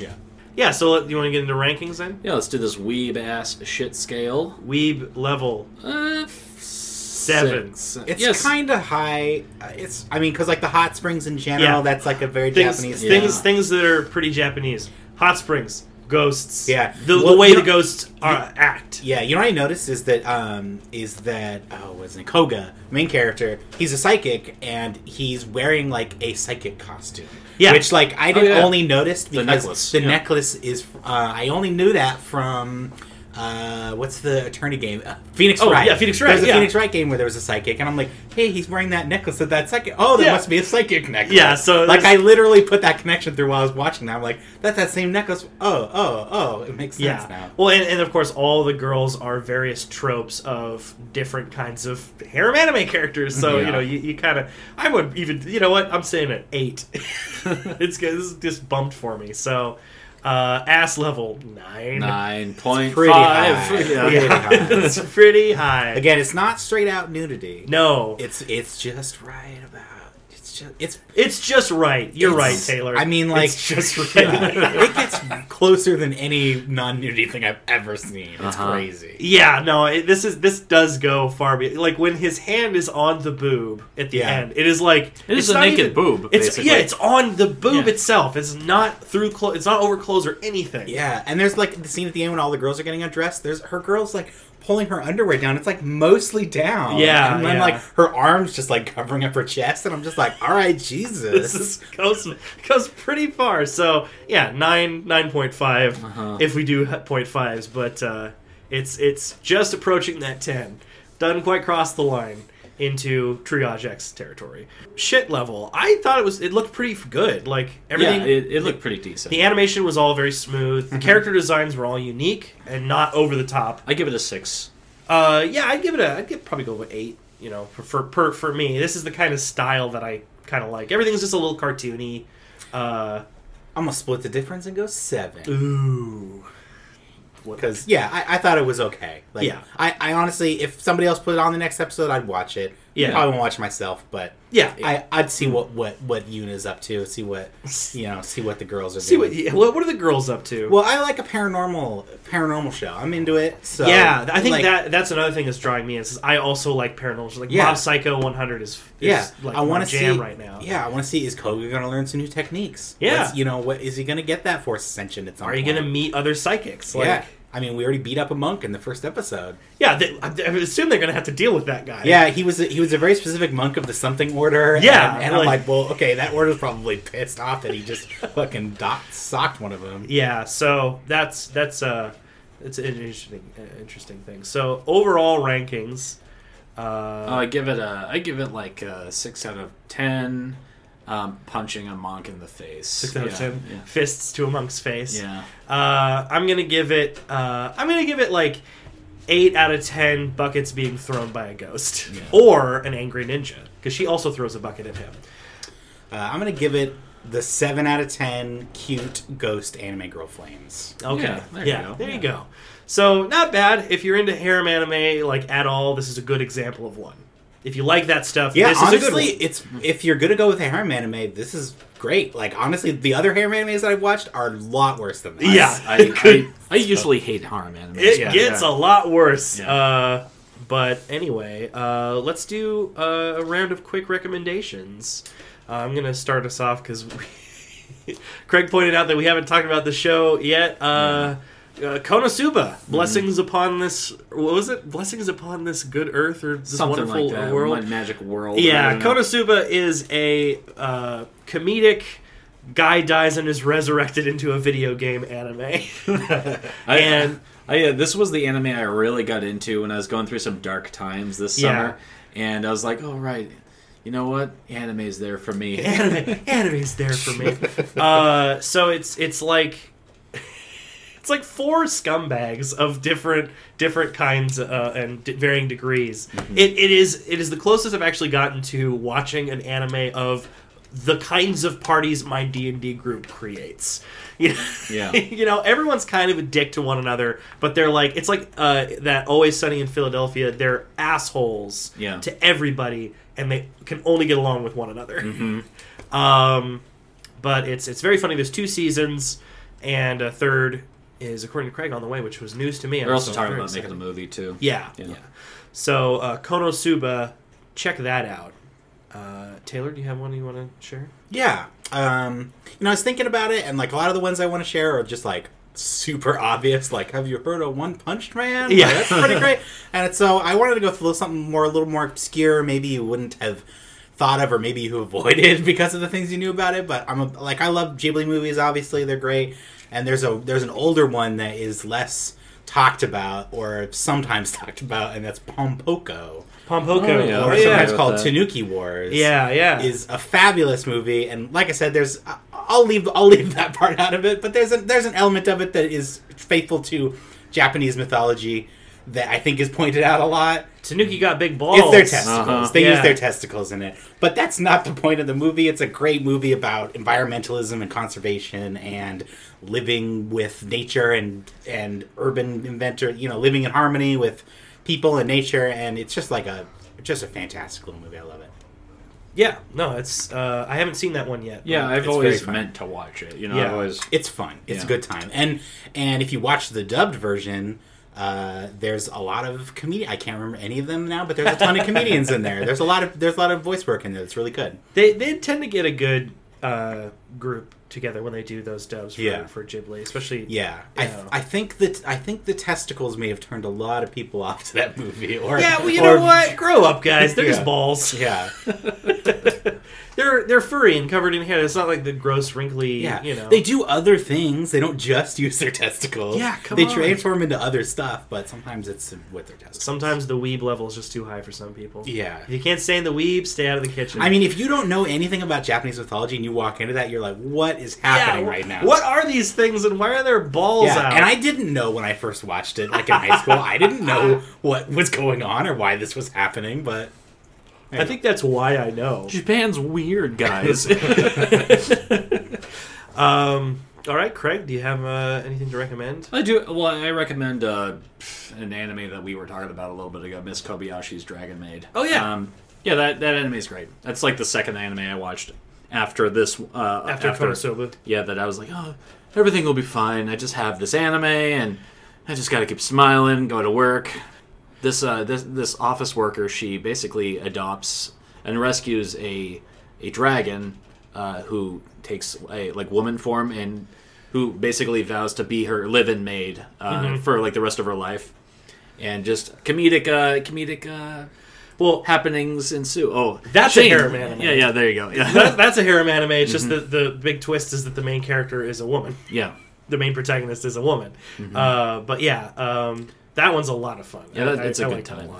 [SPEAKER 3] Yeah.
[SPEAKER 2] Yeah. So let- you want to get into rankings then?
[SPEAKER 4] Yeah, let's do this weeb ass shit scale.
[SPEAKER 2] Weeb level
[SPEAKER 4] Uh,
[SPEAKER 2] seven.
[SPEAKER 3] It's
[SPEAKER 4] yes.
[SPEAKER 3] kind of high. Uh, It's I mean, because like the hot springs in general,
[SPEAKER 2] Yeah.
[SPEAKER 3] that's like a very
[SPEAKER 2] Things,
[SPEAKER 3] Japanese
[SPEAKER 2] things,
[SPEAKER 4] yeah.
[SPEAKER 2] things that are pretty Japanese. Hot springs, ghosts.
[SPEAKER 3] Yeah.
[SPEAKER 2] the,
[SPEAKER 3] Well,
[SPEAKER 2] the way
[SPEAKER 3] you
[SPEAKER 2] the
[SPEAKER 3] know-
[SPEAKER 2] ghosts are, act.
[SPEAKER 3] Yeah, you know what I noticed is that um is that oh what's it Koga main character he's a psychic and he's wearing like a psychic costume.
[SPEAKER 2] Yeah.
[SPEAKER 3] which like I didn't
[SPEAKER 4] yeah.
[SPEAKER 3] only notice because
[SPEAKER 4] necklace,
[SPEAKER 3] The
[SPEAKER 4] yeah.
[SPEAKER 3] necklace is uh, I only knew that from. Uh, what's the attorney game? Uh, Phoenix
[SPEAKER 2] Oh,
[SPEAKER 3] Wright.
[SPEAKER 2] yeah, Phoenix
[SPEAKER 3] There's
[SPEAKER 2] Wright,
[SPEAKER 3] a
[SPEAKER 2] yeah.
[SPEAKER 3] Phoenix Wright game where there was a psychic, and I'm like, hey, he's wearing that necklace of that psychic. Oh, there
[SPEAKER 2] Yeah.
[SPEAKER 3] must be a psychic necklace.
[SPEAKER 2] Yeah, so
[SPEAKER 3] like I
[SPEAKER 2] there's-
[SPEAKER 3] literally put that connection through while I was watching that. I'm like, that's that same necklace. Oh, oh, oh, it makes sense
[SPEAKER 2] Yeah.
[SPEAKER 3] now.
[SPEAKER 2] Well, and, and of course, all the girls are various tropes of different kinds of harem anime characters. So you
[SPEAKER 4] Yeah.
[SPEAKER 2] know, you, you kind of, I would even, you know what, I'm saying an eight. it's good. This is just bumped for me. So, uh, ass level nine.
[SPEAKER 4] Nine point
[SPEAKER 3] pretty
[SPEAKER 4] five.
[SPEAKER 3] high.
[SPEAKER 4] Yeah.
[SPEAKER 3] Pretty
[SPEAKER 2] Yeah,
[SPEAKER 3] high.
[SPEAKER 2] it's pretty high.
[SPEAKER 3] Again, it's not straight out nudity.
[SPEAKER 2] no,
[SPEAKER 3] It's it's just right about it's just it's
[SPEAKER 2] it's just right. You're
[SPEAKER 3] it's-
[SPEAKER 2] right, Taylor.
[SPEAKER 3] I mean like
[SPEAKER 2] It's just right.
[SPEAKER 3] it gets closer than any non nudity thing I've ever seen. It's
[SPEAKER 4] Uh-huh.
[SPEAKER 3] crazy.
[SPEAKER 2] Yeah, no, it, this is this does go far be Like when his hand is on the boob at the
[SPEAKER 3] Yeah.
[SPEAKER 2] end, it is like
[SPEAKER 4] It is
[SPEAKER 2] it's
[SPEAKER 4] a
[SPEAKER 2] not
[SPEAKER 4] naked boob,
[SPEAKER 2] It's
[SPEAKER 4] basically.
[SPEAKER 2] yeah, it's on the boob
[SPEAKER 4] Yeah.
[SPEAKER 2] itself. It's not through clothes. It's not over clothes or anything.
[SPEAKER 3] Yeah, and there's like the scene at the end when all the girls are getting undressed. There's her girls like pulling her underwear down. It's like mostly down.
[SPEAKER 2] Yeah,
[SPEAKER 3] and then
[SPEAKER 2] yeah.
[SPEAKER 3] like her arms just like covering up her chest, and I'm just like, all right, Jesus.
[SPEAKER 2] This is, goes goes pretty far. So yeah, nine nine point five
[SPEAKER 4] Uh-huh.
[SPEAKER 2] if we do ha- point fives, but uh, it's it's just approaching that ten. Doesn't quite cross the line into triage X territory. Shit level. I thought it was it looked pretty good. Like everything
[SPEAKER 4] Yeah, it, it looked pretty decent.
[SPEAKER 2] The animation was all very smooth. The character designs were all unique and not over the top.
[SPEAKER 4] I give it a six.
[SPEAKER 2] Uh, yeah, I'd give it a, I'd give, probably go with eight. You know, for for per, for me, this is the kind of style that I kind of like. Everything's just a little cartoony. Uh,
[SPEAKER 3] I'm gonna split the difference and go seven.
[SPEAKER 2] ooh,
[SPEAKER 3] because yeah I, I thought it was okay like
[SPEAKER 2] Yeah.
[SPEAKER 3] I, I honestly if somebody else put it on the next episode i'd watch it
[SPEAKER 2] Yeah.
[SPEAKER 3] i won't watch it myself but
[SPEAKER 2] yeah. Hmm.
[SPEAKER 3] I, i'd see what what what yuna's up to see what you know see what the girls are
[SPEAKER 2] see
[SPEAKER 3] doing
[SPEAKER 2] what, yeah, what what are the girls up to?
[SPEAKER 3] well i like a paranormal paranormal show i'm into it so
[SPEAKER 2] yeah, I think
[SPEAKER 3] like,
[SPEAKER 2] that that's another thing that's drawing me in. Is I also like paranormal. Like
[SPEAKER 3] Yeah.
[SPEAKER 2] Mob Psycho 100 is, is
[SPEAKER 3] yeah
[SPEAKER 2] like
[SPEAKER 3] i want
[SPEAKER 2] my
[SPEAKER 3] to see
[SPEAKER 2] jam right now.
[SPEAKER 3] yeah i want to see is koga gonna learn some new techniques
[SPEAKER 2] Yeah.
[SPEAKER 3] What's- you know what is he gonna get that force ascension at some
[SPEAKER 2] Are you
[SPEAKER 3] point?
[SPEAKER 2] gonna meet other psychics? Like,
[SPEAKER 3] yeah i mean we already beat up a monk in the first episode
[SPEAKER 2] yeah. They, I, I assume they're gonna have to deal with that guy.
[SPEAKER 3] Yeah, he was a, he was a very specific monk of the something order. and-
[SPEAKER 2] Yeah,
[SPEAKER 3] and,
[SPEAKER 2] like-
[SPEAKER 3] I'm like, well, okay, that order's probably pissed off that he just fucking dot socked one of them.
[SPEAKER 2] yeah so that's that's uh it's an interesting uh, interesting thing so overall rankings
[SPEAKER 4] Uh,
[SPEAKER 2] uh
[SPEAKER 4] I give it a. I give it like a six out of ten. Um, punching a monk in the face.
[SPEAKER 2] six out of
[SPEAKER 4] yeah,
[SPEAKER 2] ten fists to a monk's face
[SPEAKER 4] Yeah.
[SPEAKER 2] uh i'm gonna give it uh i'm gonna give it like eight out of ten buckets being thrown by a ghost or an angry ninja because she also throws a bucket at him
[SPEAKER 3] Uh, I'm gonna give it the seven out of ten cute ghost anime girl flames.
[SPEAKER 2] Okay. Yeah, there,
[SPEAKER 4] Yeah,
[SPEAKER 2] you,
[SPEAKER 4] there you
[SPEAKER 2] go.
[SPEAKER 4] go.
[SPEAKER 2] there you
[SPEAKER 4] Yeah.
[SPEAKER 2] go. So not bad. If you're into harem anime like at all, this is a good example of one. If you like that stuff,
[SPEAKER 3] Yeah,
[SPEAKER 2] this is a
[SPEAKER 3] honestly,
[SPEAKER 2] good one.
[SPEAKER 3] it's if you're gonna go with a harem anime, this is great. Like honestly, the other harem animes that I've watched are a lot worse than this.
[SPEAKER 2] Yeah.
[SPEAKER 4] I, I, I usually hate harm anime.
[SPEAKER 2] It gets a lot worse.
[SPEAKER 4] Yeah.
[SPEAKER 2] Uh, but anyway, uh, let's do uh, a round of quick recommendations. Uh, I'm gonna start us off because Craig pointed out that we haven't talked about the show yet. Uh,
[SPEAKER 4] Mm-hmm.
[SPEAKER 2] uh, Konosuba, blessings upon this. What was it? Blessings upon this good earth or this
[SPEAKER 4] something
[SPEAKER 2] wonderful
[SPEAKER 4] like that.
[SPEAKER 2] world.
[SPEAKER 4] My magic world. I
[SPEAKER 2] Yeah,
[SPEAKER 4] don't know.
[SPEAKER 2] Konosuba is a uh, comedic guy dies and is resurrected into a video game anime.
[SPEAKER 4] I,
[SPEAKER 2] and-
[SPEAKER 4] I, uh, this was the anime I really got into when I was going through some dark times this
[SPEAKER 2] Yeah.
[SPEAKER 4] summer, and I was like, oh right, you know what? Anime's there for me.
[SPEAKER 2] anime, anime's there for me. Uh, so it's it's like it's like four scumbags of different different kinds uh, and d- varying degrees.
[SPEAKER 4] Mm-hmm.
[SPEAKER 2] It, it is it is the closest I've actually gotten to watching an anime of the kinds of parties my D and D group creates. You know?
[SPEAKER 4] Yeah.
[SPEAKER 2] you know, everyone's kind of a dick to one another, but they're like it's like uh, that Always Sunny in Philadelphia. They're assholes
[SPEAKER 4] Yeah.
[SPEAKER 2] to everybody, and they can only get along with one another. Um, but it's it's very funny. There's two seasons, and a third is according to Craig on the way, which was news to me.
[SPEAKER 4] They're also talking about making
[SPEAKER 2] making
[SPEAKER 4] a movie too.
[SPEAKER 2] Yeah, yeah.
[SPEAKER 4] Yeah.
[SPEAKER 2] So uh, Konosuba, check that out. Uh, Taylor, do you have one you want to share?
[SPEAKER 3] Yeah. Um, you know, I was thinking about it, and like a lot of the ones I want to share are just like super obvious. Like, have you heard of One Punch Man?
[SPEAKER 2] Yeah.
[SPEAKER 3] Like, that's pretty great. And so I wanted to go with a little something more, a little more obscure. Maybe you wouldn't have thought of, or maybe you avoided because of the things you knew about it. But I'm a, like, I love Ghibli movies. Obviously, they're great. And there's a there's an older one that is less talked about or sometimes talked about, and that's Pompoko,
[SPEAKER 2] Pompoko.
[SPEAKER 4] Oh, yeah.
[SPEAKER 3] or
[SPEAKER 4] I'm
[SPEAKER 2] Wars.
[SPEAKER 4] familiar
[SPEAKER 3] sometimes
[SPEAKER 4] with
[SPEAKER 3] called
[SPEAKER 4] that.
[SPEAKER 3] Tanuki Wars
[SPEAKER 2] yeah, yeah.
[SPEAKER 3] is a fabulous movie, and like I said, there's I- I'll leave I'll leave that part out of it, but there's a, there's an element of it that is faithful to Japanese mythology that I think is pointed out a lot.
[SPEAKER 2] Tanuki got big balls.
[SPEAKER 3] It's their testicles.
[SPEAKER 4] Uh-huh.
[SPEAKER 3] They use
[SPEAKER 2] Yeah.
[SPEAKER 3] their testicles in it, but that's not the point of the movie. It's a great movie about environmentalism and conservation and living with nature and and urban inventor. You know, living in harmony with people and nature, and it's just like a just a fantastic little movie. I love it.
[SPEAKER 2] Yeah, no, it's. Uh, I haven't seen that one yet.
[SPEAKER 4] Yeah, I've
[SPEAKER 3] It's very
[SPEAKER 4] always
[SPEAKER 3] fun.
[SPEAKER 4] meant to watch it. You know,
[SPEAKER 2] Yeah.
[SPEAKER 4] I've always
[SPEAKER 3] it's fun. It's a
[SPEAKER 4] Yeah.
[SPEAKER 3] good time. And and if you watch the dubbed version, uh, there's a lot of comedian. I can't remember any of them now, but there's a ton of comedians in there. There's a lot of there's a lot of voice work in there. It's really good.
[SPEAKER 2] They they tend to get a good uh, group together when they do those dubs for,
[SPEAKER 3] Yeah.
[SPEAKER 2] for Ghibli, especially.
[SPEAKER 3] Yeah, I,
[SPEAKER 2] Yeah.
[SPEAKER 3] I think that I think the testicles may have turned a lot of people off to that movie. Or
[SPEAKER 2] Yeah, well, you
[SPEAKER 3] or-
[SPEAKER 2] know what? Grow up, guys. They're just
[SPEAKER 3] Yeah.
[SPEAKER 2] balls.
[SPEAKER 3] Yeah,
[SPEAKER 2] They're they're furry and covered in hair. It's not like the gross, wrinkly.
[SPEAKER 3] yeah.
[SPEAKER 2] you know.
[SPEAKER 3] They do other things. They don't just use their testicles.
[SPEAKER 2] Yeah, come
[SPEAKER 3] they
[SPEAKER 2] on.
[SPEAKER 3] transform into other stuff, but sometimes it's with their testicles.
[SPEAKER 2] Sometimes the weeb level is just too high for some people.
[SPEAKER 3] Yeah.
[SPEAKER 2] If you can't stay in the weeb, stay out of the kitchen.
[SPEAKER 3] I mean, if you don't know anything about Japanese mythology and you walk into that, you're like, "What is happening
[SPEAKER 2] wh-
[SPEAKER 3] right now?"
[SPEAKER 2] What are these things and why are there balls
[SPEAKER 3] Yeah,
[SPEAKER 2] out?
[SPEAKER 3] and I didn't know when I first watched it, like in high school. I didn't know what was going on or why this was happening, but
[SPEAKER 2] I think that's why I know.
[SPEAKER 4] Japan's weird, guys.
[SPEAKER 2] Um, all right, Craig, do you have uh, anything to recommend?
[SPEAKER 4] I do. Well, I recommend uh, an anime that we were talking about a little bit ago, Miss Kobayashi's Dragon Maid.
[SPEAKER 2] Oh, yeah.
[SPEAKER 4] um, yeah. That that anime is great. That's like the second anime I watched after this. Uh,
[SPEAKER 2] After Konosuba.
[SPEAKER 4] yeah, that I was like, oh, everything will be fine. I just have this anime, and I just got to keep smiling, go to work. This uh, this this office worker, she basically adopts and rescues a a dragon uh, who takes a like woman form and who basically vows to be her live-in maid uh,
[SPEAKER 2] Mm-hmm.
[SPEAKER 4] for like the rest of her life, and just comedic uh, comedic. Uh, well, happenings ensue. Oh,
[SPEAKER 2] That's a
[SPEAKER 4] Shane.
[SPEAKER 2] harem anime.
[SPEAKER 4] Yeah, yeah. There you go. Yeah,
[SPEAKER 2] That, that's a harem anime. It's just
[SPEAKER 3] Mm-hmm.
[SPEAKER 2] that the big twist is that the main character is a woman.
[SPEAKER 4] yeah.
[SPEAKER 2] The main protagonist is a woman.
[SPEAKER 3] Mm-hmm.
[SPEAKER 2] Uh, but yeah, um, that one's a lot of fun.
[SPEAKER 4] Yeah, that- it's
[SPEAKER 2] a
[SPEAKER 4] a good time.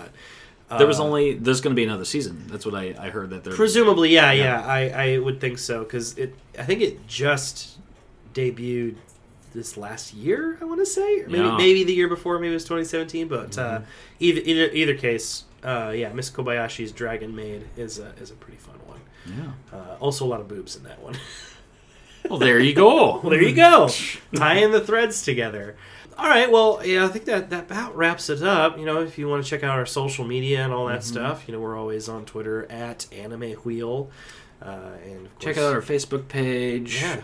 [SPEAKER 4] There was only there's going to be another season. That's what I, I heard that there.
[SPEAKER 2] Presumably, yeah, yeah, I, I would think so because it. I think it just debuted this last year. I want to say, or maybe
[SPEAKER 4] Yeah. Mm-hmm.
[SPEAKER 2] maybe the year before, maybe it was 2017. But uh, either either either case, uh, yeah, Miss Kobayashi's Dragon Maid is a, is a pretty fun one.
[SPEAKER 4] yeah.
[SPEAKER 2] Uh, also, a lot of boobs in that one.
[SPEAKER 4] Well, there you go.
[SPEAKER 2] well, there you go, tying the threads together. All right, well, yeah, I think that that about wraps it up. You know, if you want to check out our social media and all that stuff, you know, we're always on Twitter at Anime Wheel. Uh, and of
[SPEAKER 4] Check
[SPEAKER 2] course-
[SPEAKER 4] out our Facebook page.
[SPEAKER 2] Yeah.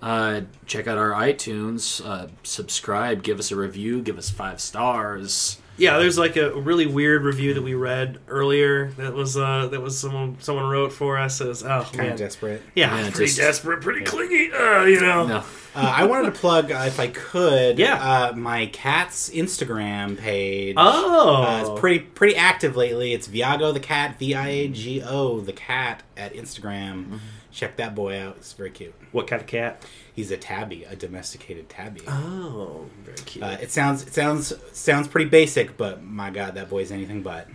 [SPEAKER 4] Uh, check out our iTunes. Uh, subscribe. Give us a review. Give us five stars.
[SPEAKER 2] Yeah, there's like a really weird review that we read earlier that was uh that was someone someone wrote for us. It was oh
[SPEAKER 3] kind
[SPEAKER 2] man.
[SPEAKER 3] of desperate.
[SPEAKER 2] yeah,
[SPEAKER 4] Yeah,
[SPEAKER 2] pretty
[SPEAKER 4] just-
[SPEAKER 2] desperate, pretty clingy, uh, you know.
[SPEAKER 4] No.
[SPEAKER 3] Uh, I wanted to plug, uh, if I could,
[SPEAKER 2] Yeah.
[SPEAKER 3] uh, my cat's Instagram page.
[SPEAKER 2] Oh.
[SPEAKER 3] Uh, it's pretty pretty active lately. It's Viago the cat, V I A G O the cat at Instagram. Check that boy out. It's very cute.
[SPEAKER 2] what kind of cat?
[SPEAKER 3] He's a tabby, a domesticated tabby.
[SPEAKER 2] Oh, very cute.
[SPEAKER 3] Uh, it sounds it sounds sounds pretty basic, but my god, that boy's anything but.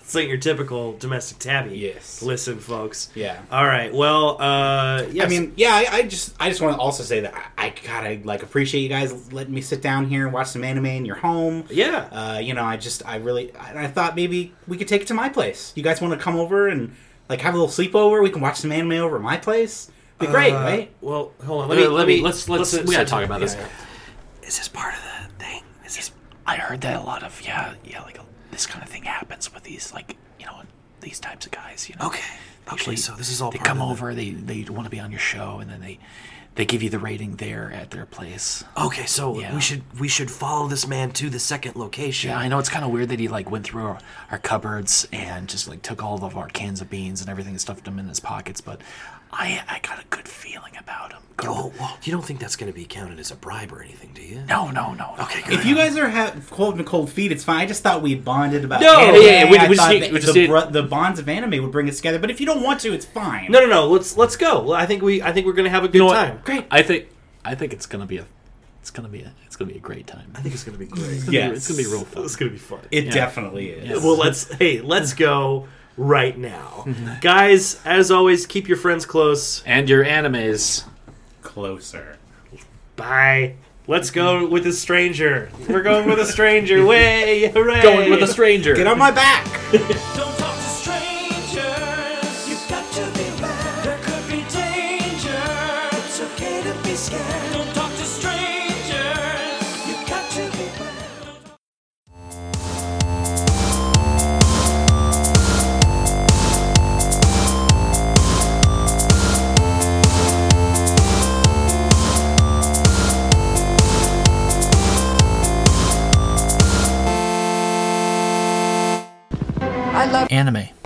[SPEAKER 2] it's like your typical domestic tabby.
[SPEAKER 3] Yes.
[SPEAKER 2] Listen, folks.
[SPEAKER 3] Yeah.
[SPEAKER 2] All right. Well, uh yes.
[SPEAKER 3] I mean, yeah, I, I just I just want to also say that I, I gotta like appreciate you guys letting me sit down here and watch some anime in your home.
[SPEAKER 2] yeah.
[SPEAKER 3] Uh, you know, I just I really I, I thought maybe we could take it to my place. You guys want to come over and like have a little sleepover? We can watch some anime over at my place. Be great,
[SPEAKER 2] Uh,
[SPEAKER 3] right?
[SPEAKER 2] Well, hold on.
[SPEAKER 4] Uh, Let me, let me let's let's, we gotta talk about this.
[SPEAKER 2] yeah,
[SPEAKER 1] Is this part of the thing? Is this? I heard that a lot of yeah, yeah, like this kind of thing happens with these like you know these types of guys. You know.
[SPEAKER 6] Okay.
[SPEAKER 1] Usually
[SPEAKER 6] Okay. So this is all
[SPEAKER 1] They
[SPEAKER 6] part
[SPEAKER 1] come
[SPEAKER 6] of the-
[SPEAKER 1] over. They they want to be on your show, and then they they give you the rating there at their place.
[SPEAKER 2] Oh.
[SPEAKER 6] Okay. So
[SPEAKER 1] Yeah.
[SPEAKER 6] we should we should follow this man to the second location.
[SPEAKER 1] Yeah, I know it's kind of weird that he like went through our, our cupboards and just like took all of our cans of beans and everything and stuffed them in his pockets, but I I got a good feeling about him.
[SPEAKER 6] Oh, well, you don't think that's going to be counted as a bribe or anything, do you?
[SPEAKER 1] No, no, no. Okay, good.
[SPEAKER 3] If you guys are ha- cold and cold feet, it's fine. I just thought we bonded about
[SPEAKER 2] No,
[SPEAKER 3] anime.
[SPEAKER 2] yeah, yeah, we-
[SPEAKER 3] I
[SPEAKER 2] we just
[SPEAKER 3] thought
[SPEAKER 2] need-
[SPEAKER 3] that
[SPEAKER 2] we just
[SPEAKER 3] the,
[SPEAKER 2] need-
[SPEAKER 3] bro- the bonds of anime would bring us together. But if you don't want to, it's fine.
[SPEAKER 2] No, no, no. Let's let's go. Well, I think we I think we're gonna have a good
[SPEAKER 4] know what?
[SPEAKER 2] time.
[SPEAKER 3] great.
[SPEAKER 4] I think I think it's gonna be a it's gonna be a it's gonna be a great time.
[SPEAKER 6] I think it's going to be great.
[SPEAKER 3] Yes.
[SPEAKER 4] It's gonna be real fun.
[SPEAKER 2] It's gonna be fun.
[SPEAKER 3] It definitely is.
[SPEAKER 2] Well, let's hey, let's go right now, guys. As always, keep your friends close.
[SPEAKER 4] And your animes.
[SPEAKER 3] Closer.
[SPEAKER 2] Bye. Let's go with a stranger. We're going with a stranger. Way hooray!
[SPEAKER 4] Going with a stranger.
[SPEAKER 3] Get on my back.
[SPEAKER 7] Don't talk to strangers. You've got to be aware. There could be danger. It's okay to be scared. Don't talk to strangers. You've got to be aware.
[SPEAKER 8] I love
[SPEAKER 1] Anime.